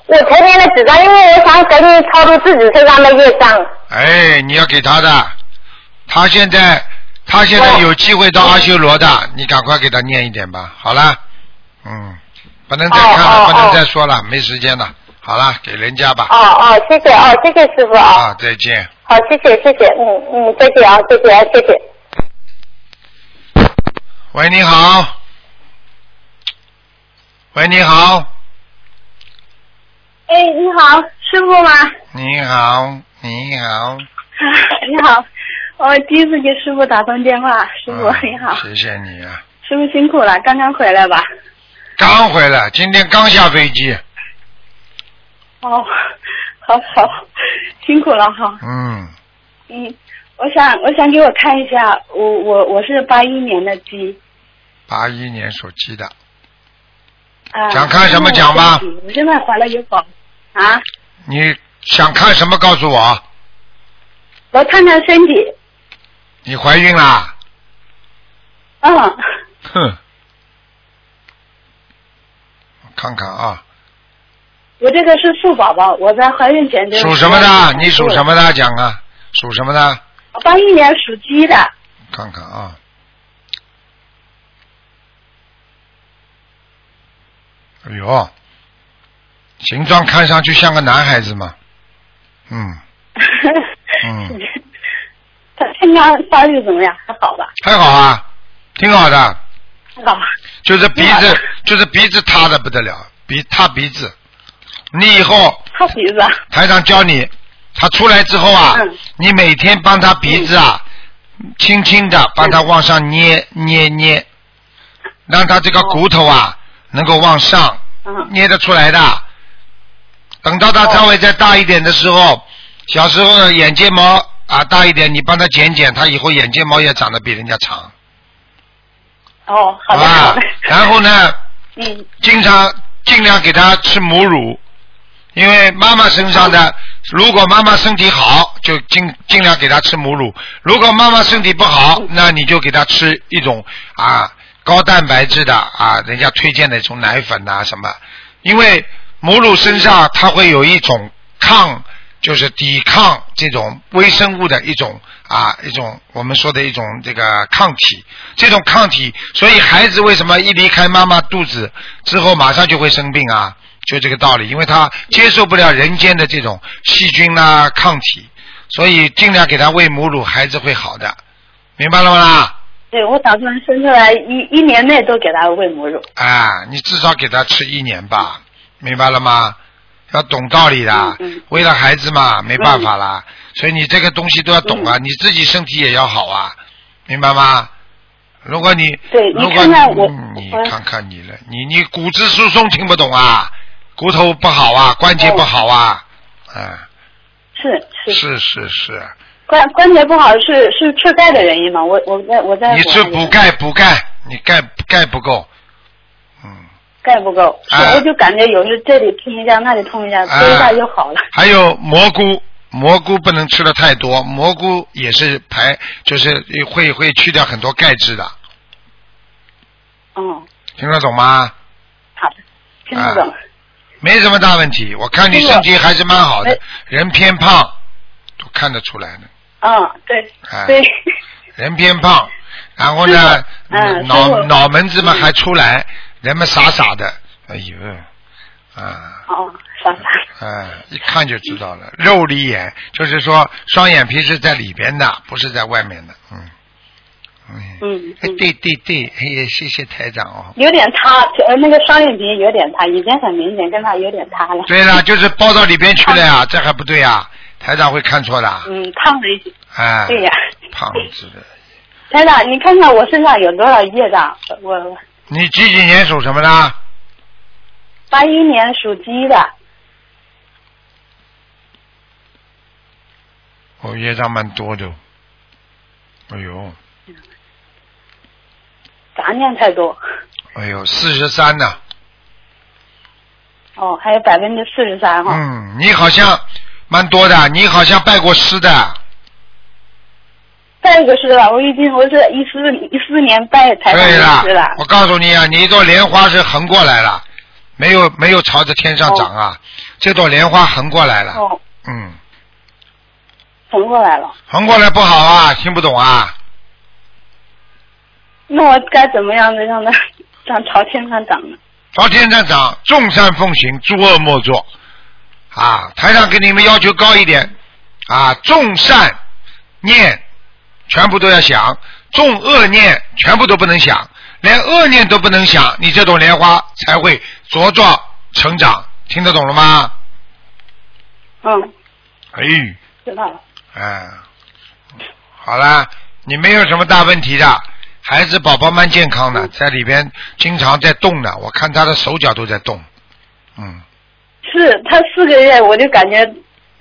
Speaker 4: 我才念了几张，因为我想赶紧超度自己身上的业障。哦
Speaker 1: 哎，你要给他的，他现在他现在
Speaker 4: 哦
Speaker 1: 有机会到阿修罗的，你赶快给他念一点吧。好啦，嗯，不能再看了，
Speaker 4: 哦哦
Speaker 1: 不能
Speaker 4: 哦
Speaker 1: 再说了，没时间了。好啦，给人家吧。
Speaker 4: 哦哦，谢谢哦，谢谢师傅啊，
Speaker 1: 啊，再见。
Speaker 4: 好，谢谢谢谢，嗯嗯，再见啊，再见啊，谢谢。
Speaker 1: 喂，你好。喂，你好。
Speaker 5: 哎，你好，师傅吗？啊
Speaker 1: 你好，你好。
Speaker 5: 你好，我第一次给师傅打通电话，师傅、
Speaker 1: 嗯
Speaker 5: 你好，
Speaker 1: 谢谢你啊，
Speaker 5: 师傅辛苦了，刚刚回来吧？
Speaker 1: 刚回来，今天刚下飞机。
Speaker 5: 哦，好好，辛苦了哈。
Speaker 1: 嗯，
Speaker 5: 嗯，我想我想给我看一下，我我我是八一年的鸡
Speaker 1: 八一年手机的，
Speaker 5: 啊。
Speaker 1: 想看什么讲吧
Speaker 5: 因为我现在怀了有宝啊，
Speaker 1: 你想看什么？告诉我。
Speaker 5: 我看看身体，
Speaker 1: 你怀孕啦？
Speaker 5: 嗯，
Speaker 1: 哼，我看看啊，
Speaker 5: 我这个是树宝宝，我在怀孕前就
Speaker 1: 属什么的？你属什？么的？讲啊，属什么的？
Speaker 5: 八一年属鸡的，
Speaker 1: 看看啊。哎呦，形状看上去像个男孩子嘛，嗯，嗯
Speaker 5: 他健康发育怎么样？还好吧？
Speaker 1: 还好啊，挺好的，
Speaker 5: 还好吧。
Speaker 1: 就是鼻
Speaker 5: 挺好
Speaker 1: 子
Speaker 5: 的，
Speaker 1: 就是鼻子塌的不得了，鼻塌鼻子。你以后
Speaker 5: 他鼻子，
Speaker 1: 台长教你，他出来之后啊，
Speaker 5: 嗯
Speaker 1: 你每天帮他鼻子啊，轻轻的帮
Speaker 5: 嗯
Speaker 1: 他往上捏捏捏，让他这个骨头
Speaker 5: 哦
Speaker 1: 啊、能够往上
Speaker 5: 嗯，
Speaker 1: 捏得出来的。等到他稍微再大一点的时候，小时候的眼睫毛啊大一点，你帮他剪剪，他以后眼睫毛也长得比人家长，
Speaker 5: 哦，
Speaker 1: 好
Speaker 5: 好的，
Speaker 1: 吧
Speaker 5: 好的，？
Speaker 1: 啊然后呢，
Speaker 5: 嗯，
Speaker 1: 经常尽量给他吃母乳，因为妈妈身上的，如果妈妈身体好，就尽尽量给他吃母乳；如果妈妈身体不好，那你就给他吃一种啊高蛋白质的啊，人家推荐的一种奶粉呐、什么，因为母乳身上它会有一种抗。就是抵抗这种微生物的一种啊，一种我们说的一种这个抗体，这种抗体，所以孩子为什么一离开妈妈肚子之后马上就会生病啊？就这个道理，因为他接受不了人间的这种细菌啦、抗体，所以尽量给他喂母乳，孩子会好的，明白了吗啦？
Speaker 5: 对，我打算生出来一一年内都给他喂母乳。
Speaker 1: 啊，你至少给他吃一年吧，明白了吗？要懂道理的，
Speaker 5: 嗯嗯
Speaker 1: 为了孩子嘛，没办法啦。所以你这个东西都要懂
Speaker 5: 嗯
Speaker 1: 啊，你自己身体也要好啊，明白吗？如果你
Speaker 5: 对你
Speaker 1: 如果
Speaker 5: 看看我
Speaker 1: 嗯你
Speaker 5: 我
Speaker 1: 看看你了，你你骨质疏松听不懂啊，骨头不好啊，关节不好啊，啊，
Speaker 5: 是哦
Speaker 1: 是
Speaker 5: 是，
Speaker 1: 是是，
Speaker 5: 关关节不好是是吃钙的原因吗？我我在我在
Speaker 1: 你吃
Speaker 5: 国内
Speaker 1: 补钙补钙，你钙钙不够，嗯。
Speaker 5: 钙不够，是、
Speaker 1: 啊
Speaker 5: 我就感觉有时这里痛一下，那里痛一下，
Speaker 1: 哎
Speaker 5: 推一下就好了。
Speaker 1: 还有蘑菇，蘑菇不能吃的太多，蘑菇也是排，就是会会去掉很多钙质的，
Speaker 5: 嗯，
Speaker 1: 听得懂吗？
Speaker 5: 好的，听不懂。
Speaker 1: 啊没什么大问题，我看你
Speaker 5: 听了
Speaker 1: 身体还是蛮好的
Speaker 5: 哎，
Speaker 1: 人偏胖，都看得出来的，
Speaker 5: 嗯，对、
Speaker 1: 啊，
Speaker 5: 对，
Speaker 1: 人偏胖，然后
Speaker 5: 师
Speaker 1: 呢，
Speaker 5: 傅嗯师
Speaker 1: 脑
Speaker 5: 傅
Speaker 1: 脑门子嘛
Speaker 5: 嗯
Speaker 1: 还出来，人们傻傻的，哎呦，啊。
Speaker 5: 哦，傻傻。
Speaker 1: 哎，一看就知道了，肉里眼就是说双眼皮是在里边的，不是在外面的，嗯，
Speaker 5: 嗯
Speaker 1: 哎
Speaker 5: 嗯，
Speaker 1: 对对对，哎呀，谢谢台长哦。
Speaker 5: 有点塌，呃，那个双眼皮有点塌，以前很明显，跟他有点塌了。
Speaker 1: 对了，就是包到里边去了呀，这还不对呀，台长会看错的，
Speaker 5: 嗯，胖了一些。
Speaker 1: 哎，
Speaker 5: 对呀、
Speaker 1: 胖子的。
Speaker 5: 台长，你看看我身上有多少业障？我
Speaker 1: 你几几年属什么的？
Speaker 5: 八一年属鸡的，
Speaker 1: 我哦业障蛮多的，哎呦，
Speaker 5: 杂念太多。
Speaker 1: 哎呦，四十三呢。
Speaker 5: 哦，还有百分之四十三哈。
Speaker 1: 嗯，你好像蛮多的，你好像拜过师的。
Speaker 5: 再一个是吧，我已经我是一四一四年拜台长
Speaker 1: 对
Speaker 5: 的
Speaker 1: 了
Speaker 5: 师了，，
Speaker 1: 我告诉你啊，你一朵莲花是横过来了，没有没有朝着天上长啊，这朵莲花横过来了，
Speaker 5: 哦，
Speaker 1: 嗯，
Speaker 5: 横过来了。
Speaker 1: 横过来不好啊，听不懂啊，
Speaker 5: 那我该怎么样子让它让朝天上长呢？
Speaker 1: 朝天上长，众善奉行，诸恶莫作，啊，台上给你们要求高一点，啊，众善念全部都要想，众恶念全部都不能想，连恶念都不能想，你这朵莲花才会茁壮成长，听得懂了吗？
Speaker 5: 嗯，
Speaker 1: 哎。
Speaker 5: 知道了。
Speaker 1: 嗯，好啦，你没有什么大问题的，孩子宝宝蛮健康
Speaker 5: 嗯
Speaker 1: 的，在里边经常在动的，我看他的手脚都在动。嗯，
Speaker 5: 是他四个月，我就感觉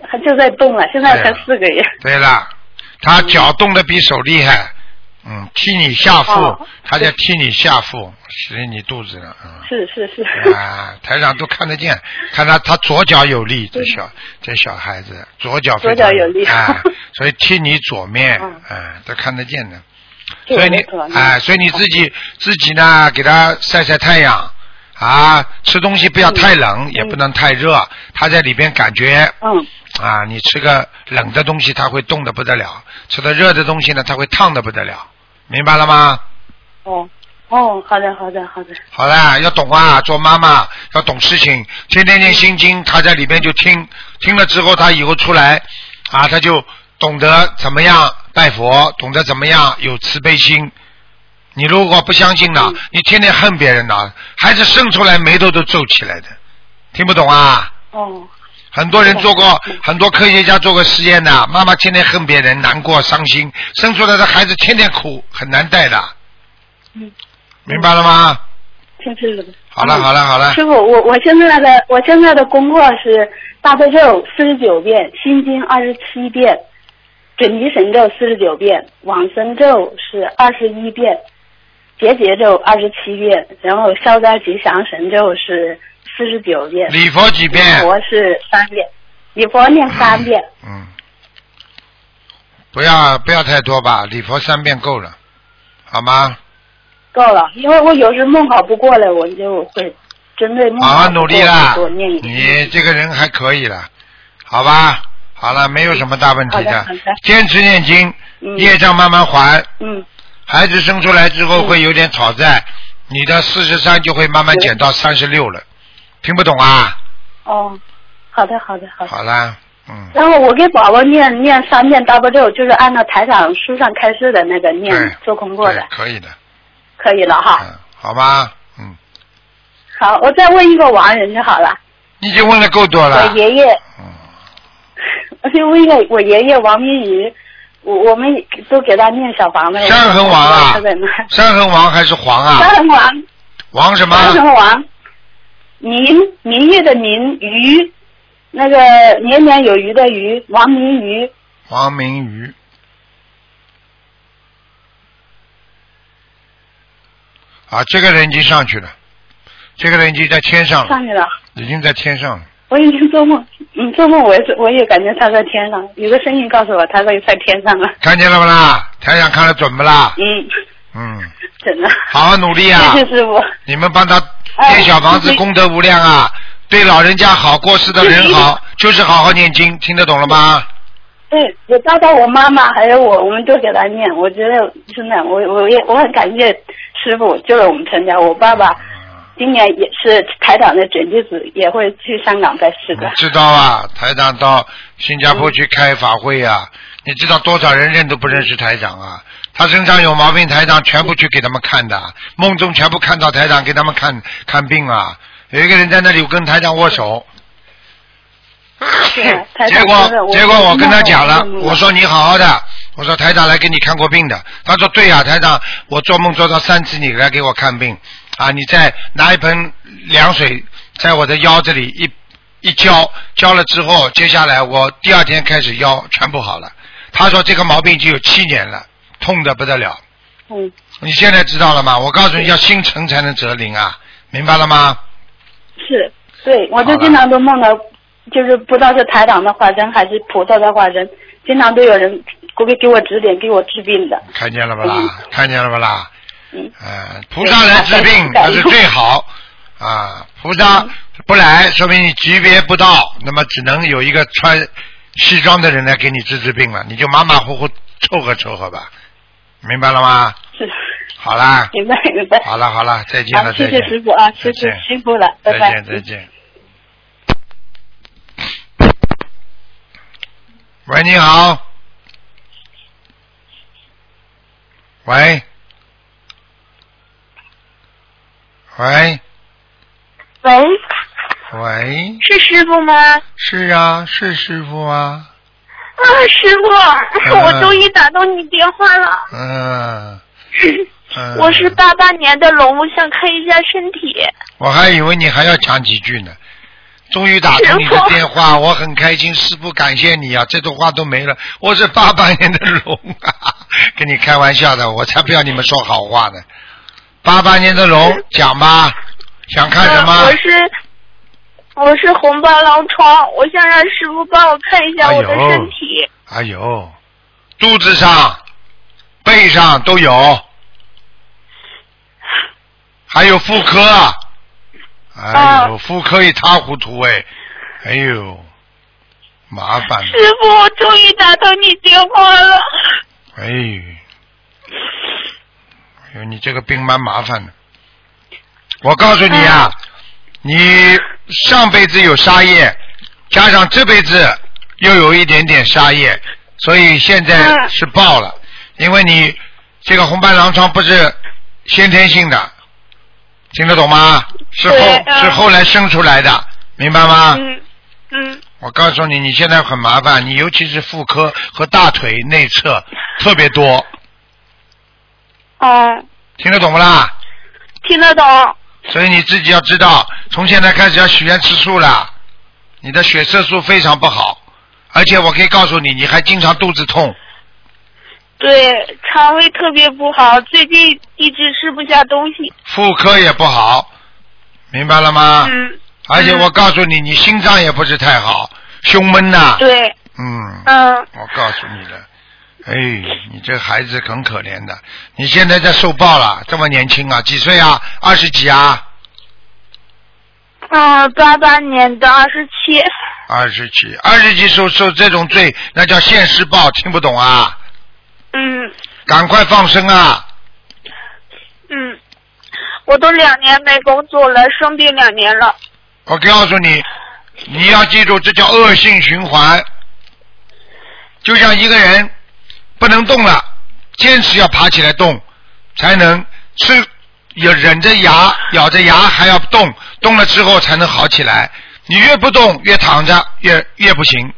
Speaker 5: 他就在动了，现在才
Speaker 1: 对啊
Speaker 5: 四个月。
Speaker 1: 对了，他脚动的比手厉害。嗯，踢你下腹，
Speaker 5: 哦
Speaker 1: 他在踢你下腹，使你肚子呢。嗯。
Speaker 5: 是是是，
Speaker 1: 啊，台上都看得见，看他他左脚有力，这小这小孩子左脚非常
Speaker 5: 左脚有力
Speaker 1: 啊，所以踢你左面，
Speaker 5: 嗯
Speaker 1: 啊，都看得见的。
Speaker 5: 这
Speaker 1: 所以
Speaker 5: 个
Speaker 1: 你
Speaker 5: 没可能
Speaker 1: 哎、所以你自己自己呢，给他晒晒太阳啊，吃东西不要太冷，也不能太热，他在里边感觉
Speaker 5: 嗯，
Speaker 1: 啊，你吃个冷的东西，他会冻得不得了；吃的热的东西呢，他会烫得不得了。明白了吗？
Speaker 5: 哦哦，好的好的好的，
Speaker 1: 好啦，要懂啊，做妈妈要懂事情，天天念心经，他在里边就听，听了之后，他以后出来啊，他就懂得怎么样拜佛，懂得怎么样有慈悲心。你如果不相信呢，你天天恨别人呢，孩子生出来眉头都皱起来的，听不懂啊？
Speaker 5: 哦
Speaker 1: 很多人做过
Speaker 5: 嗯，
Speaker 1: 很多科学家做过实验的，妈妈天天恨别人，难过、伤心，生出来的孩子天天哭，很难带的。
Speaker 5: 嗯，
Speaker 1: 明白了吗？
Speaker 5: 听清楚了。
Speaker 1: 好了，
Speaker 5: 嗯
Speaker 1: 好了，好了。
Speaker 5: 师傅，我我现在的我现在的功课是大悲咒四十九遍，心经二十七遍，准提神咒四十九遍，往生咒是二十一遍，结节咒二十七遍，然后消灾吉祥神咒是四十九遍，
Speaker 1: 礼佛几遍？
Speaker 5: 佛是三遍，礼佛念三遍。
Speaker 1: 嗯，不要不要太多吧，礼佛三遍够了，好吗？
Speaker 5: 够了，因为我有时梦考不过来，我就会针对梦
Speaker 1: 好好
Speaker 5: 考不
Speaker 1: 努
Speaker 5: 过
Speaker 1: 力
Speaker 5: 来
Speaker 1: 啦
Speaker 5: 多嗯念一，点。
Speaker 1: 你这个人还可以了，好吧？好了，没有什么大问题
Speaker 5: 好的好的
Speaker 1: 坚持念经，
Speaker 5: 嗯
Speaker 1: 业障慢慢还。
Speaker 5: 嗯，
Speaker 1: 孩子生出来之后会有点讨债，你的四十三就会慢慢减到三十六了，听不懂啊？
Speaker 5: 哦，好的，好的，好的。
Speaker 1: 好啦，嗯，
Speaker 5: 然后我给宝宝念念三遍大悲咒，就是按照台长书上开示的那个念
Speaker 1: 对
Speaker 5: 做功课
Speaker 1: 对
Speaker 5: 的，，
Speaker 1: 可以的，
Speaker 5: 可以了哈。
Speaker 1: 嗯，好吗？嗯，
Speaker 5: 好，我再问一个亡人就好了。
Speaker 1: 你已经问的够多了
Speaker 5: 我，爷爷，
Speaker 1: 嗯，
Speaker 5: 我就问一个我爷爷王明宇，我我们都给他念小房子了。
Speaker 1: 山横王啊
Speaker 5: 他在哪？
Speaker 1: 山横王还是黄啊？
Speaker 5: 山横王，
Speaker 1: 王什么？
Speaker 5: 山横王，民民业的民余，那个年年有余的余，王明宇，
Speaker 1: 王明宇。啊，这个人已经上去了，这个人已经在天上了，
Speaker 5: 上去了。
Speaker 1: 已经在天上了。
Speaker 5: 我已经做梦，嗯，做梦我也是，我也感觉他在天上，有个声音告诉我他在在天上了。
Speaker 1: 看见了不啦？台长看得准不啦？
Speaker 5: 嗯，
Speaker 1: 嗯，
Speaker 5: 真的。
Speaker 1: 好好努力啊！
Speaker 5: 谢谢师傅。
Speaker 1: 你们帮他
Speaker 5: 哎
Speaker 1: 建小房子，
Speaker 5: 没
Speaker 1: 功德无量啊！对老人家好，过世的人好，就是好好念经，听得懂了吗？
Speaker 5: 对，我包括我妈妈还有我，我们都给他念。我觉得真的，我我也我很感谢师傅救了我们全家。我爸爸
Speaker 1: 嗯
Speaker 5: 今年也是台长的准弟子，也会去香港拜师的
Speaker 1: 你。知道啊，台长到新加坡去开法会啊，你知道多少人认都不认识台长啊？他身上有毛病，台长全部去给他们看的，梦中全部看到台长给他们看看病啊。有一个人在那里跟台长握手，
Speaker 5: 对啊台
Speaker 1: 结
Speaker 5: 长
Speaker 1: 果
Speaker 5: 真的
Speaker 1: 结果我跟他讲了
Speaker 5: 真的，
Speaker 1: 我说你好好的，我说台长来给你看过病的，他说对呀、啊台长，我做梦做到三次你来给我看病，啊，你再拿一盆凉水在我的腰这里一一浇，浇了之后，接下来我第二天开始腰全部好了。他说这个毛病已经有七年了，痛的不得了。
Speaker 5: 嗯，
Speaker 1: 你现在知道了吗？我告诉你，要心诚才能折灵啊，明白了吗？
Speaker 5: 是对，我
Speaker 1: 好
Speaker 5: 就
Speaker 1: 了
Speaker 5: 经常都梦到，就是不知道是台长的化身还是菩萨的化身，经常都有人给给我指点，给我治病的。
Speaker 1: 看见了不啦
Speaker 5: 嗯？
Speaker 1: 看见了不啦？
Speaker 5: 嗯，哎
Speaker 1: 呃，菩萨来治病那是最好啊！菩
Speaker 5: 嗯
Speaker 1: 萨不来，说明你级别不到，那么只能有一个穿西装的人来给你治治病了，你就马马虎虎凑合凑合吧，明白了吗？
Speaker 5: 是，
Speaker 1: 好啦，
Speaker 5: 明白明白。
Speaker 1: 好啦，好啦，再见
Speaker 5: 啊，
Speaker 1: 了，
Speaker 5: 谢
Speaker 1: 再
Speaker 5: 谢
Speaker 1: 见，
Speaker 5: 师傅啊，谢谢
Speaker 1: 再见
Speaker 5: 辛苦了，拜
Speaker 1: 再
Speaker 5: 拜。
Speaker 1: 见，再见。喂，你好。喂。喂。
Speaker 6: 喂，
Speaker 1: 喂，
Speaker 6: 是师傅吗？啊，
Speaker 1: 是啊，是师傅啊，
Speaker 6: 师 傅，我终于打通你电话了。
Speaker 1: 嗯，嗯
Speaker 6: 我是八八年的龙，我想看一下身体。
Speaker 1: 我还以为你还要讲几句呢。终于打通你的电 话，我很开心，师傅感谢你啊，这种话都没了。我是八八年的龙啊，跟你开玩笑的，我才不要你们说好话呢。八八年的龙，讲吧，想看什
Speaker 6: 呃
Speaker 1: 么
Speaker 6: 我？是我是红斑狼疮，我想让师傅帮我看一下我的
Speaker 1: 哎呦
Speaker 6: 身体。
Speaker 1: 哎呦，肚子上、背上都 有，还有妇科，啊，哎
Speaker 6: 啊
Speaker 1: 呦，妇科一塌糊涂哎，哎呦，麻烦了，
Speaker 6: 师傅，我终于打通你电话了。
Speaker 1: 哎呦，哎呦，你这个病蛮麻烦的。我告诉你啊，
Speaker 6: 嗯
Speaker 1: 你上辈子有杀业，加上这辈子又有一点点杀业，所以现在
Speaker 6: 嗯
Speaker 1: 是爆了。因为你这个红斑狼疮不是先天性的，听得懂吗？是后
Speaker 6: 对嗯
Speaker 1: 是后来生出来的，明白吗？
Speaker 6: 嗯嗯，
Speaker 1: 我告诉你，你现在很麻烦，你尤其是妇科和大腿内侧特别多，
Speaker 6: 哦、
Speaker 1: 听得懂不啦？
Speaker 6: 听得懂。
Speaker 1: 所以你自己要知道，从现在开始要许愿吃素了。你的血色素非常不好，而且我可以告诉你，你还经常肚子痛。
Speaker 6: 对，肠胃特别不好，最近一直吃不下东西。
Speaker 1: 妇科也不好，明白了吗？
Speaker 6: 嗯，
Speaker 1: 而且我告诉你，你心脏也不是太好，胸闷呐、
Speaker 6: 对，
Speaker 1: 嗯，
Speaker 6: 嗯，
Speaker 1: 我告诉你了，哎，你这孩子很可怜的，你现在在受报了，这么年轻啊，几岁啊？二十几啊？
Speaker 6: 嗯，八八年的二十七，
Speaker 1: 二十几，二十几受受这种罪，那叫现世报，听不懂啊？
Speaker 6: 嗯
Speaker 1: 赶快放生啊！
Speaker 6: 嗯，我都两年没工作了，生病两年了，
Speaker 1: 我告诉你，你要记住，这叫恶性循环。就像一个人不能动了，坚持要爬起来动，才能吃，也忍着牙，咬着牙还要动，动了之后才能好起来。你越不动，越躺着，越越不行，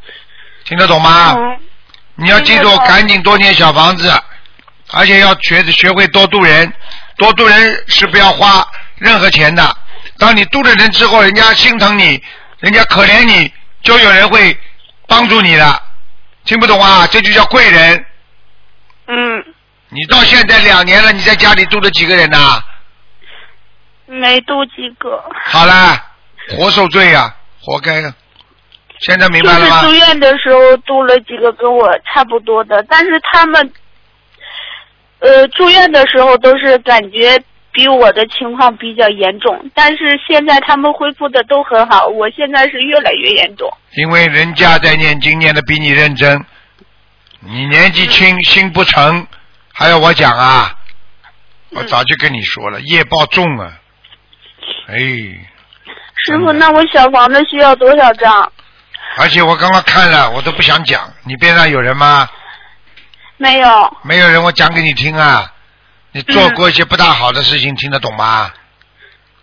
Speaker 1: 听得懂吗？
Speaker 6: 嗯
Speaker 1: 你要记
Speaker 6: 听
Speaker 1: 住
Speaker 6: 得，懂
Speaker 1: 赶紧多念小房子，而且要学学会多度人，多度人是不要花任何钱的。当你度了人之后，人家心疼你，人家可怜你，就有人会帮助你的。听不懂啊？这就叫贵人。
Speaker 6: 嗯，
Speaker 1: 你到现在两年了，你在家里住了几个人啊呐、
Speaker 6: 没度几个，
Speaker 1: 好啦，活受罪呀、活该呀、现在明
Speaker 6: 就
Speaker 1: 白了
Speaker 6: 是
Speaker 1: 吗？
Speaker 6: 住院的时候度了几个跟我差不多的，但是他们，呃，住院的时候都是感觉比我的情况比较严重，但是现在他们恢复的都很好，我现在是越来越严重。
Speaker 1: 因为人家在念经念的比你认真，你年纪
Speaker 6: 嗯
Speaker 1: 轻心不诚，还要我讲啊？
Speaker 6: 嗯
Speaker 1: 我早就跟你说了，业报重啊！哎，
Speaker 6: 师傅，那我小房子需要多少张？
Speaker 1: 而且我刚刚看了，我都不想讲。你边上有人吗？
Speaker 6: 没有，
Speaker 1: 没有人，我讲给你听啊。你做过一些不大好的事情，听得懂吗？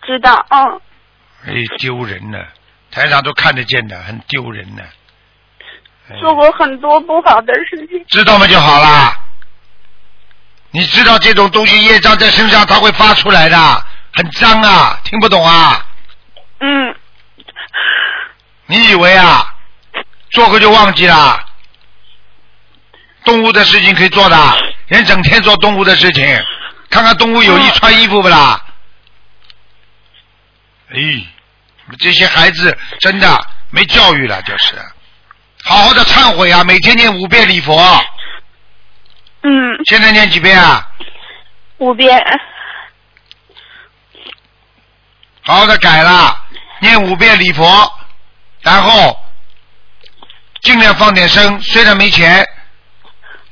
Speaker 6: 知道，嗯，
Speaker 1: 哎，丢人了，台长都看得见的，很丢人的。哎
Speaker 6: 做过很多不好的事情，
Speaker 1: 知道吗就好啦。你知道这种东西业障在身上，它会发出来的，很脏啊，听不懂啊？
Speaker 6: 嗯，
Speaker 1: 你以为啊，做过就忘记了？动物的事情可以做的，人整天做动物的事情，看看动物有一穿衣服不啦？哎，这些孩子真的没教育了，就是，好好的忏悔啊，每天念五遍礼佛，
Speaker 6: 嗯，
Speaker 1: 现在念几遍啊？
Speaker 6: 五遍，
Speaker 1: 好好的改了，念五遍礼佛，然后尽量放点声，虽然没钱，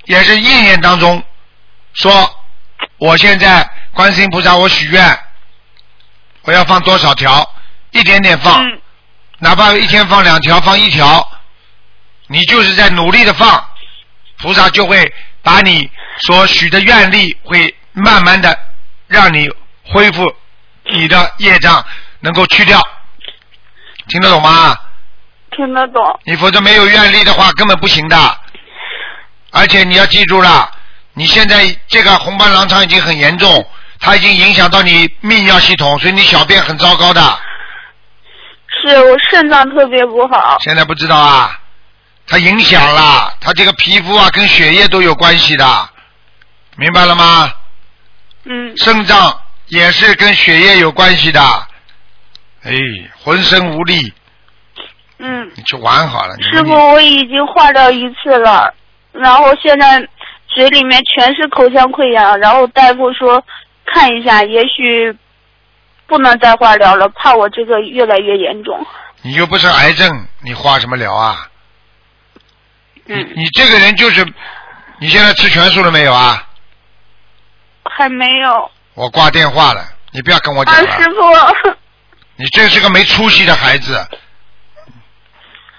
Speaker 1: 也是意念当中说，我现在观世音菩萨，我许愿，我要放多少条，一点点放，
Speaker 6: 嗯
Speaker 1: 哪怕一天放两条，放一条，你就是在努力的放，菩萨就会把你所许的愿力会慢慢的让你恢复你的业障，能够去掉，听得懂吗？
Speaker 6: 听得懂，
Speaker 1: 你否则没有愿力的话，根本不行的。而且你要记住了，你现在这个红斑狼疮已经很严重，它已经影响到你泌尿系统，所以你小便很糟糕的。
Speaker 6: 是我肾脏特别不好，
Speaker 1: 现在不知道啊，它影响了，它这个皮肤啊跟血液都有关系的，明白了吗？
Speaker 6: 嗯，
Speaker 1: 肾脏也是跟血液有关系的，哎，浑身无力，
Speaker 6: 嗯。
Speaker 1: 你去玩好了。你
Speaker 6: 师
Speaker 1: 你
Speaker 6: 傅，我已经化掉一次了，然后现在嘴里面全是口腔溃疡，然后大夫说看一下，也许不能再化疗了，怕我这个越来越严重。
Speaker 1: 你又不是癌症，你化什么疗啊？
Speaker 6: 嗯，
Speaker 1: 你这个人就是，你现在吃全素了没有啊？
Speaker 6: 还没有。
Speaker 1: 我挂电话了，你不要跟我
Speaker 6: 啊
Speaker 1: 讲，
Speaker 6: 师
Speaker 1: 了，
Speaker 6: 傅，
Speaker 1: 你真是个没出息的孩子。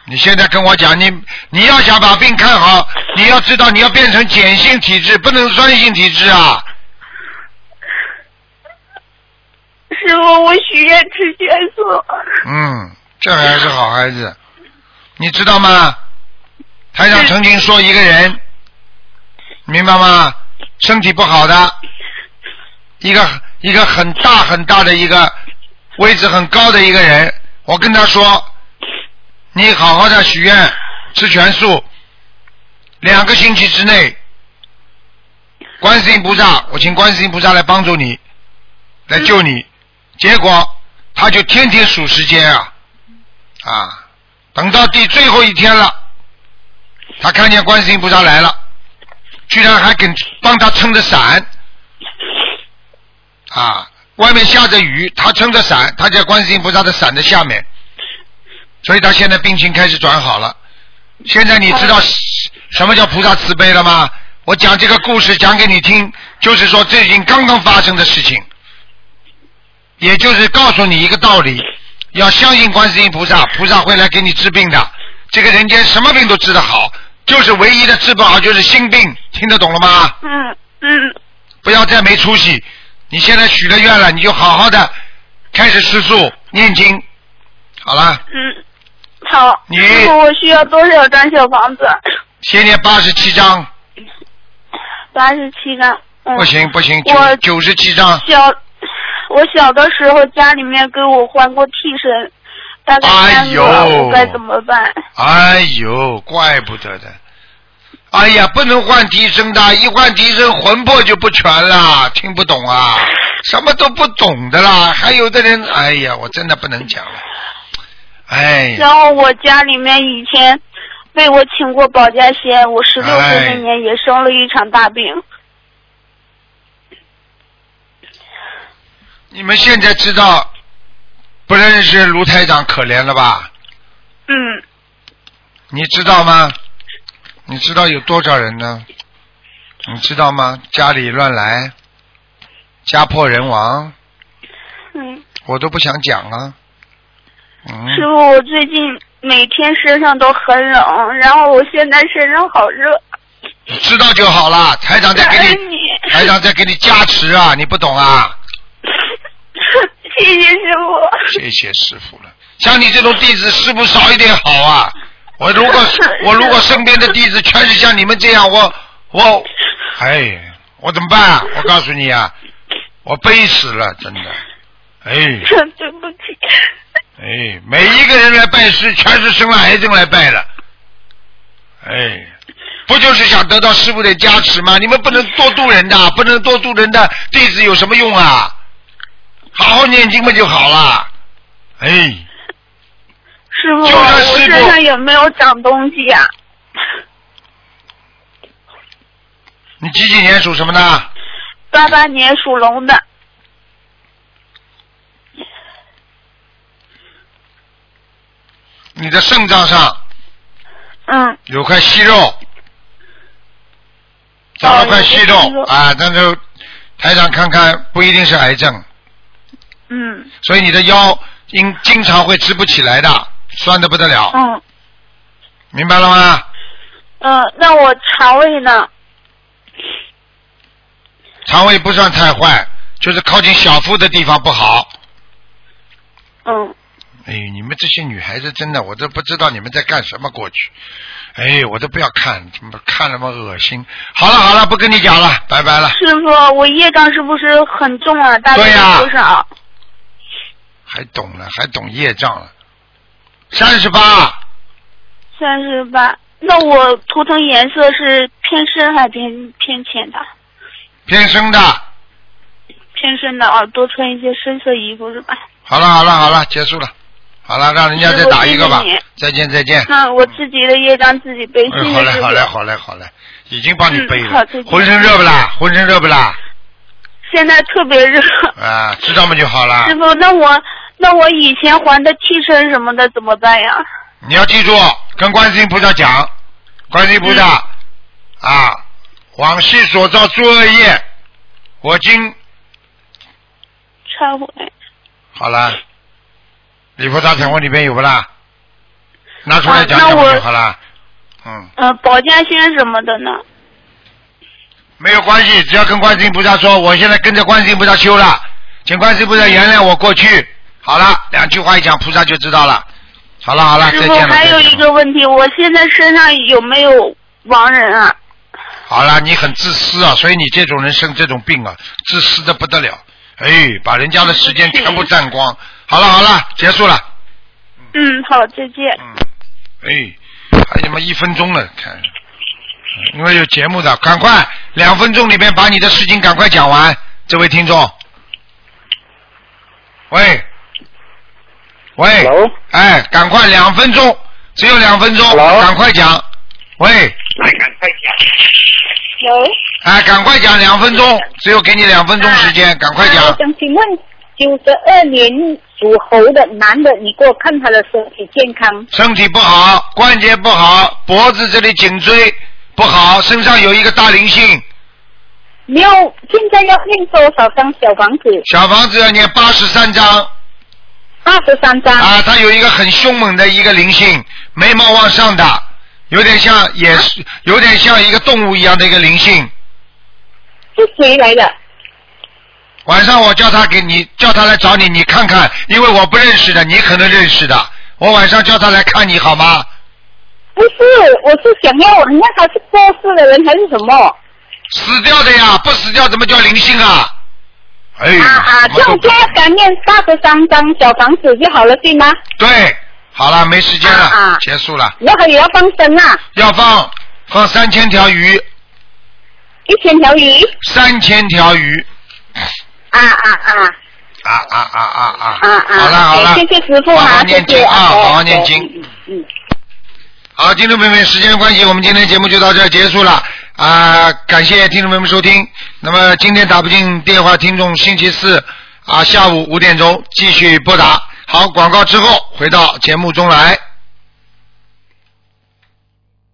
Speaker 1: 你现在跟我讲，你你要想把病看好，你要知道你要变成碱性体质，不能酸性体质啊！
Speaker 6: 师傅，我许愿吃全素。
Speaker 1: 嗯，这还是好孩子，你知道吗？台长曾经说一个人，明白吗？身体不好的，一个一个很大很大的一个位置很高的一个人，我跟他说，你好好的许愿，吃全素，两个星期之内，观世音菩萨，我请观世音菩萨来帮助你，来救你。结果他就天天数时间啊啊，等到第最后一天了，他看见观世音菩萨来了，居然还给帮他撑着伞啊！外面下着雨，他撑着伞，他在观世音菩萨的伞的下面，所以他现在病情开始转好了。现在你知道什么叫菩萨慈悲了吗？我讲这个故事讲给你听，就是说最近刚刚发生的事情。也就是告诉你一个道理，要相信观世音菩萨，菩萨会来给你治病的。这个人间什么病都治得好，就是唯一的治不好就是心病，听得懂了吗？
Speaker 6: 嗯嗯
Speaker 1: 不要再没出息。你现在许了愿了，你就好好的开始吃素、念经，好了，
Speaker 6: 嗯，好。
Speaker 1: 你
Speaker 6: 师傅，我需要多少张小房子？
Speaker 1: 先念八十七章，
Speaker 6: 八十七张。嗯
Speaker 1: 不行不行，
Speaker 6: 我
Speaker 1: 九九十七章，
Speaker 6: 小，我小的时候家里面给我换过替身，大概三
Speaker 1: 哎
Speaker 6: 个，
Speaker 1: 呦
Speaker 6: 我该怎么办？
Speaker 1: 哎呦，怪不得的。哎呀，不能换提升的，一换提升魂魄就不全了，听不懂啊，什么都不懂的啦。还有的人，哎呀，我真的不能讲了。哎呀，
Speaker 6: 然后我家里面以前为我请过保家仙，我十六岁
Speaker 1: 哎
Speaker 6: 那年也生了一场大病。
Speaker 1: 你们现在知道不认识卢台长可怜了吧？
Speaker 6: 嗯，
Speaker 1: 你知道吗？你知道有多少人呢？你知道吗？家里乱来，家破人亡，
Speaker 6: 嗯，
Speaker 1: 我都不想讲了。嗯，
Speaker 6: 师傅，我最近每天身上都很冷，然后我现在身上好热。
Speaker 1: 你知道就好了。台长在给
Speaker 6: 感
Speaker 1: 你，
Speaker 6: 恩你
Speaker 1: 台长在给你加持啊，你不懂啊？ 谢
Speaker 6: 谢谢师傅。
Speaker 1: 谢师傅了。像你这种弟子，师傅少一点好啊。我如果我如果身边的弟子全是像你们这样，我我，哎，我怎么办、啊？我告诉你啊，我悲死了，真的。哎
Speaker 6: 对不起，
Speaker 1: 哎，每一个人来拜师，全是生了癌症来拜的。哎，不就是想得到师傅的加持吗？你们不能多度人的，不能多度人的弟子有什么用啊？好好念经不就好了？哎。
Speaker 6: 师傅，
Speaker 1: 就是师傅
Speaker 6: 我身上有没有长东西啊呀、
Speaker 1: 你几几年属什么的？
Speaker 6: 八八年属龙的，
Speaker 1: 你的肾脏上
Speaker 6: 嗯，
Speaker 1: 有块息肉，长了块息肉、
Speaker 6: 哦有个息肉
Speaker 1: 啊，但是台长看看不一定是癌症，
Speaker 6: 嗯，
Speaker 1: 所以你的腰经经常会直不起来的，酸的不得了，
Speaker 6: 嗯，
Speaker 1: 明白了吗？
Speaker 6: 嗯，那我肠胃呢？
Speaker 1: 肠胃不算太坏，就是靠近小腹的地方不好。
Speaker 6: 嗯，
Speaker 1: 哎，你们这些女孩子真的，我都不知道你们在干什么过去。哎，我都不要看，怎么看那么恶心？好了好了，不跟你讲了，拜拜了。
Speaker 6: 师傅，我业障是不是很重啊？大概
Speaker 1: 对呀
Speaker 6: 有多少？
Speaker 1: 还懂了，还懂业障了。三十八，
Speaker 6: 三十八。那我图腾颜色是偏深还偏偏浅的？
Speaker 1: 偏生的。
Speaker 6: 偏深的啊，多穿一些深色衣服是吧？
Speaker 1: 好了好了好了，结束了。好了，让人家再打一个吧
Speaker 6: 师傅谢谢你。
Speaker 1: 再见再见。
Speaker 6: 那我自己的业障自己背，谢
Speaker 1: 哎，
Speaker 6: 谢
Speaker 1: 好嘞
Speaker 6: 师
Speaker 1: 好嘞
Speaker 6: 傅。
Speaker 1: 好嘞好嘞，已经帮你背
Speaker 6: 嗯好
Speaker 1: 了
Speaker 6: 再。见
Speaker 1: 浑身热不啦？浑身热不啦？
Speaker 6: 现在特别热，师
Speaker 1: 啊，知道吗就好了。
Speaker 6: 傅，那我那我以前还的替身什么的怎么办呀？
Speaker 1: 你要记住，跟观世音菩萨讲，观世音菩萨、
Speaker 6: 嗯
Speaker 1: 啊，往昔所造诸恶业，我今
Speaker 6: 忏悔。
Speaker 1: 好了。礼佛大忏悔里面有不啦？拿出来讲
Speaker 6: 啊那
Speaker 1: 讲不
Speaker 6: 我
Speaker 1: 就好了。嗯。
Speaker 6: 呃，保家仙什么的呢？
Speaker 1: 没有关系，只要跟观世音菩萨说，我现在跟着观世音菩萨修了，请观世音菩萨原谅我过去。好了，两句话一讲，菩萨就知道了。好了好了，再
Speaker 6: 师
Speaker 1: 见
Speaker 6: 傅，
Speaker 1: 了。
Speaker 6: 还有
Speaker 1: 再见
Speaker 6: 一
Speaker 1: 了
Speaker 6: 个问题，我现在身上有没有亡人啊？
Speaker 1: 好了，你很自私啊，所以你这种人生这种病啊，自私的不得了。哎，把人家的时间全部占光。好了好了，结束了。
Speaker 6: 嗯，好，再见。
Speaker 1: 嗯，哎，还他妈一分钟了，看，嗯因为有节目的，赶快两分钟里面把你的事情赶快讲完，这位听众。喂，喂
Speaker 7: Hello，
Speaker 1: 哎，赶快两分钟，只有两分钟
Speaker 7: Hello？
Speaker 1: 赶快讲。喂，
Speaker 8: 喂，
Speaker 1: 哎，赶快讲，两分钟，只有给你两分钟时
Speaker 5: 嗯
Speaker 1: 间，赶快
Speaker 8: 啊我
Speaker 1: 讲。
Speaker 8: 想请问，九十二年属猴的男的，你给我看他的身体健康。
Speaker 1: 身体不好，关节不好，脖子这里颈椎不好，身上有一个大灵性，
Speaker 8: 没有，现在要念多少张小房子？
Speaker 1: 小房子要念八十三章。
Speaker 8: 二十三
Speaker 5: 嗯
Speaker 8: 张。
Speaker 1: 啊，它有一个很凶猛的一个灵性，眉毛往上的，有点像，也是有点像一个动物一样的一个灵性。
Speaker 8: 是谁来的？
Speaker 1: 晚上我叫他给你，叫他来找你，你看看，因为我不认识的，你可能认识的。我晚上叫他来看你好吗？
Speaker 8: 不是，我是想要，人家他是过世的人还是什么？
Speaker 1: 死掉的呀，不死掉怎么叫灵性啊？哎呀，
Speaker 8: 啊啊，
Speaker 1: 什么
Speaker 8: 这
Speaker 1: 都
Speaker 8: 样
Speaker 1: 不
Speaker 8: 就要敢念八十三张小房子就好了，对吗？
Speaker 1: 对，好了，没时间了，
Speaker 8: 啊啊
Speaker 1: 结束了。
Speaker 8: 然后也要放生啊，
Speaker 1: 要放放三千条鱼，
Speaker 8: 一千条鱼。
Speaker 1: 三千条鱼，
Speaker 8: 啊啊啊
Speaker 1: 啊啊啊啊啊！
Speaker 8: 啊啊！
Speaker 1: 好了好了，
Speaker 8: 哎谢谢师傅
Speaker 1: 好好
Speaker 8: 啊，谢
Speaker 1: 念经
Speaker 8: 谢
Speaker 1: 啊，
Speaker 8: 哎
Speaker 1: 好好念
Speaker 8: 哎
Speaker 1: 经。
Speaker 8: 嗯嗯。嗯
Speaker 1: 好，听众朋友们，时间关系，我们今天节目就到这儿结束了啊、感谢听众朋友们收听。那么今天打不进电话，听众星期四啊下午五点钟继续拨打。好，广告之后回到节目中来。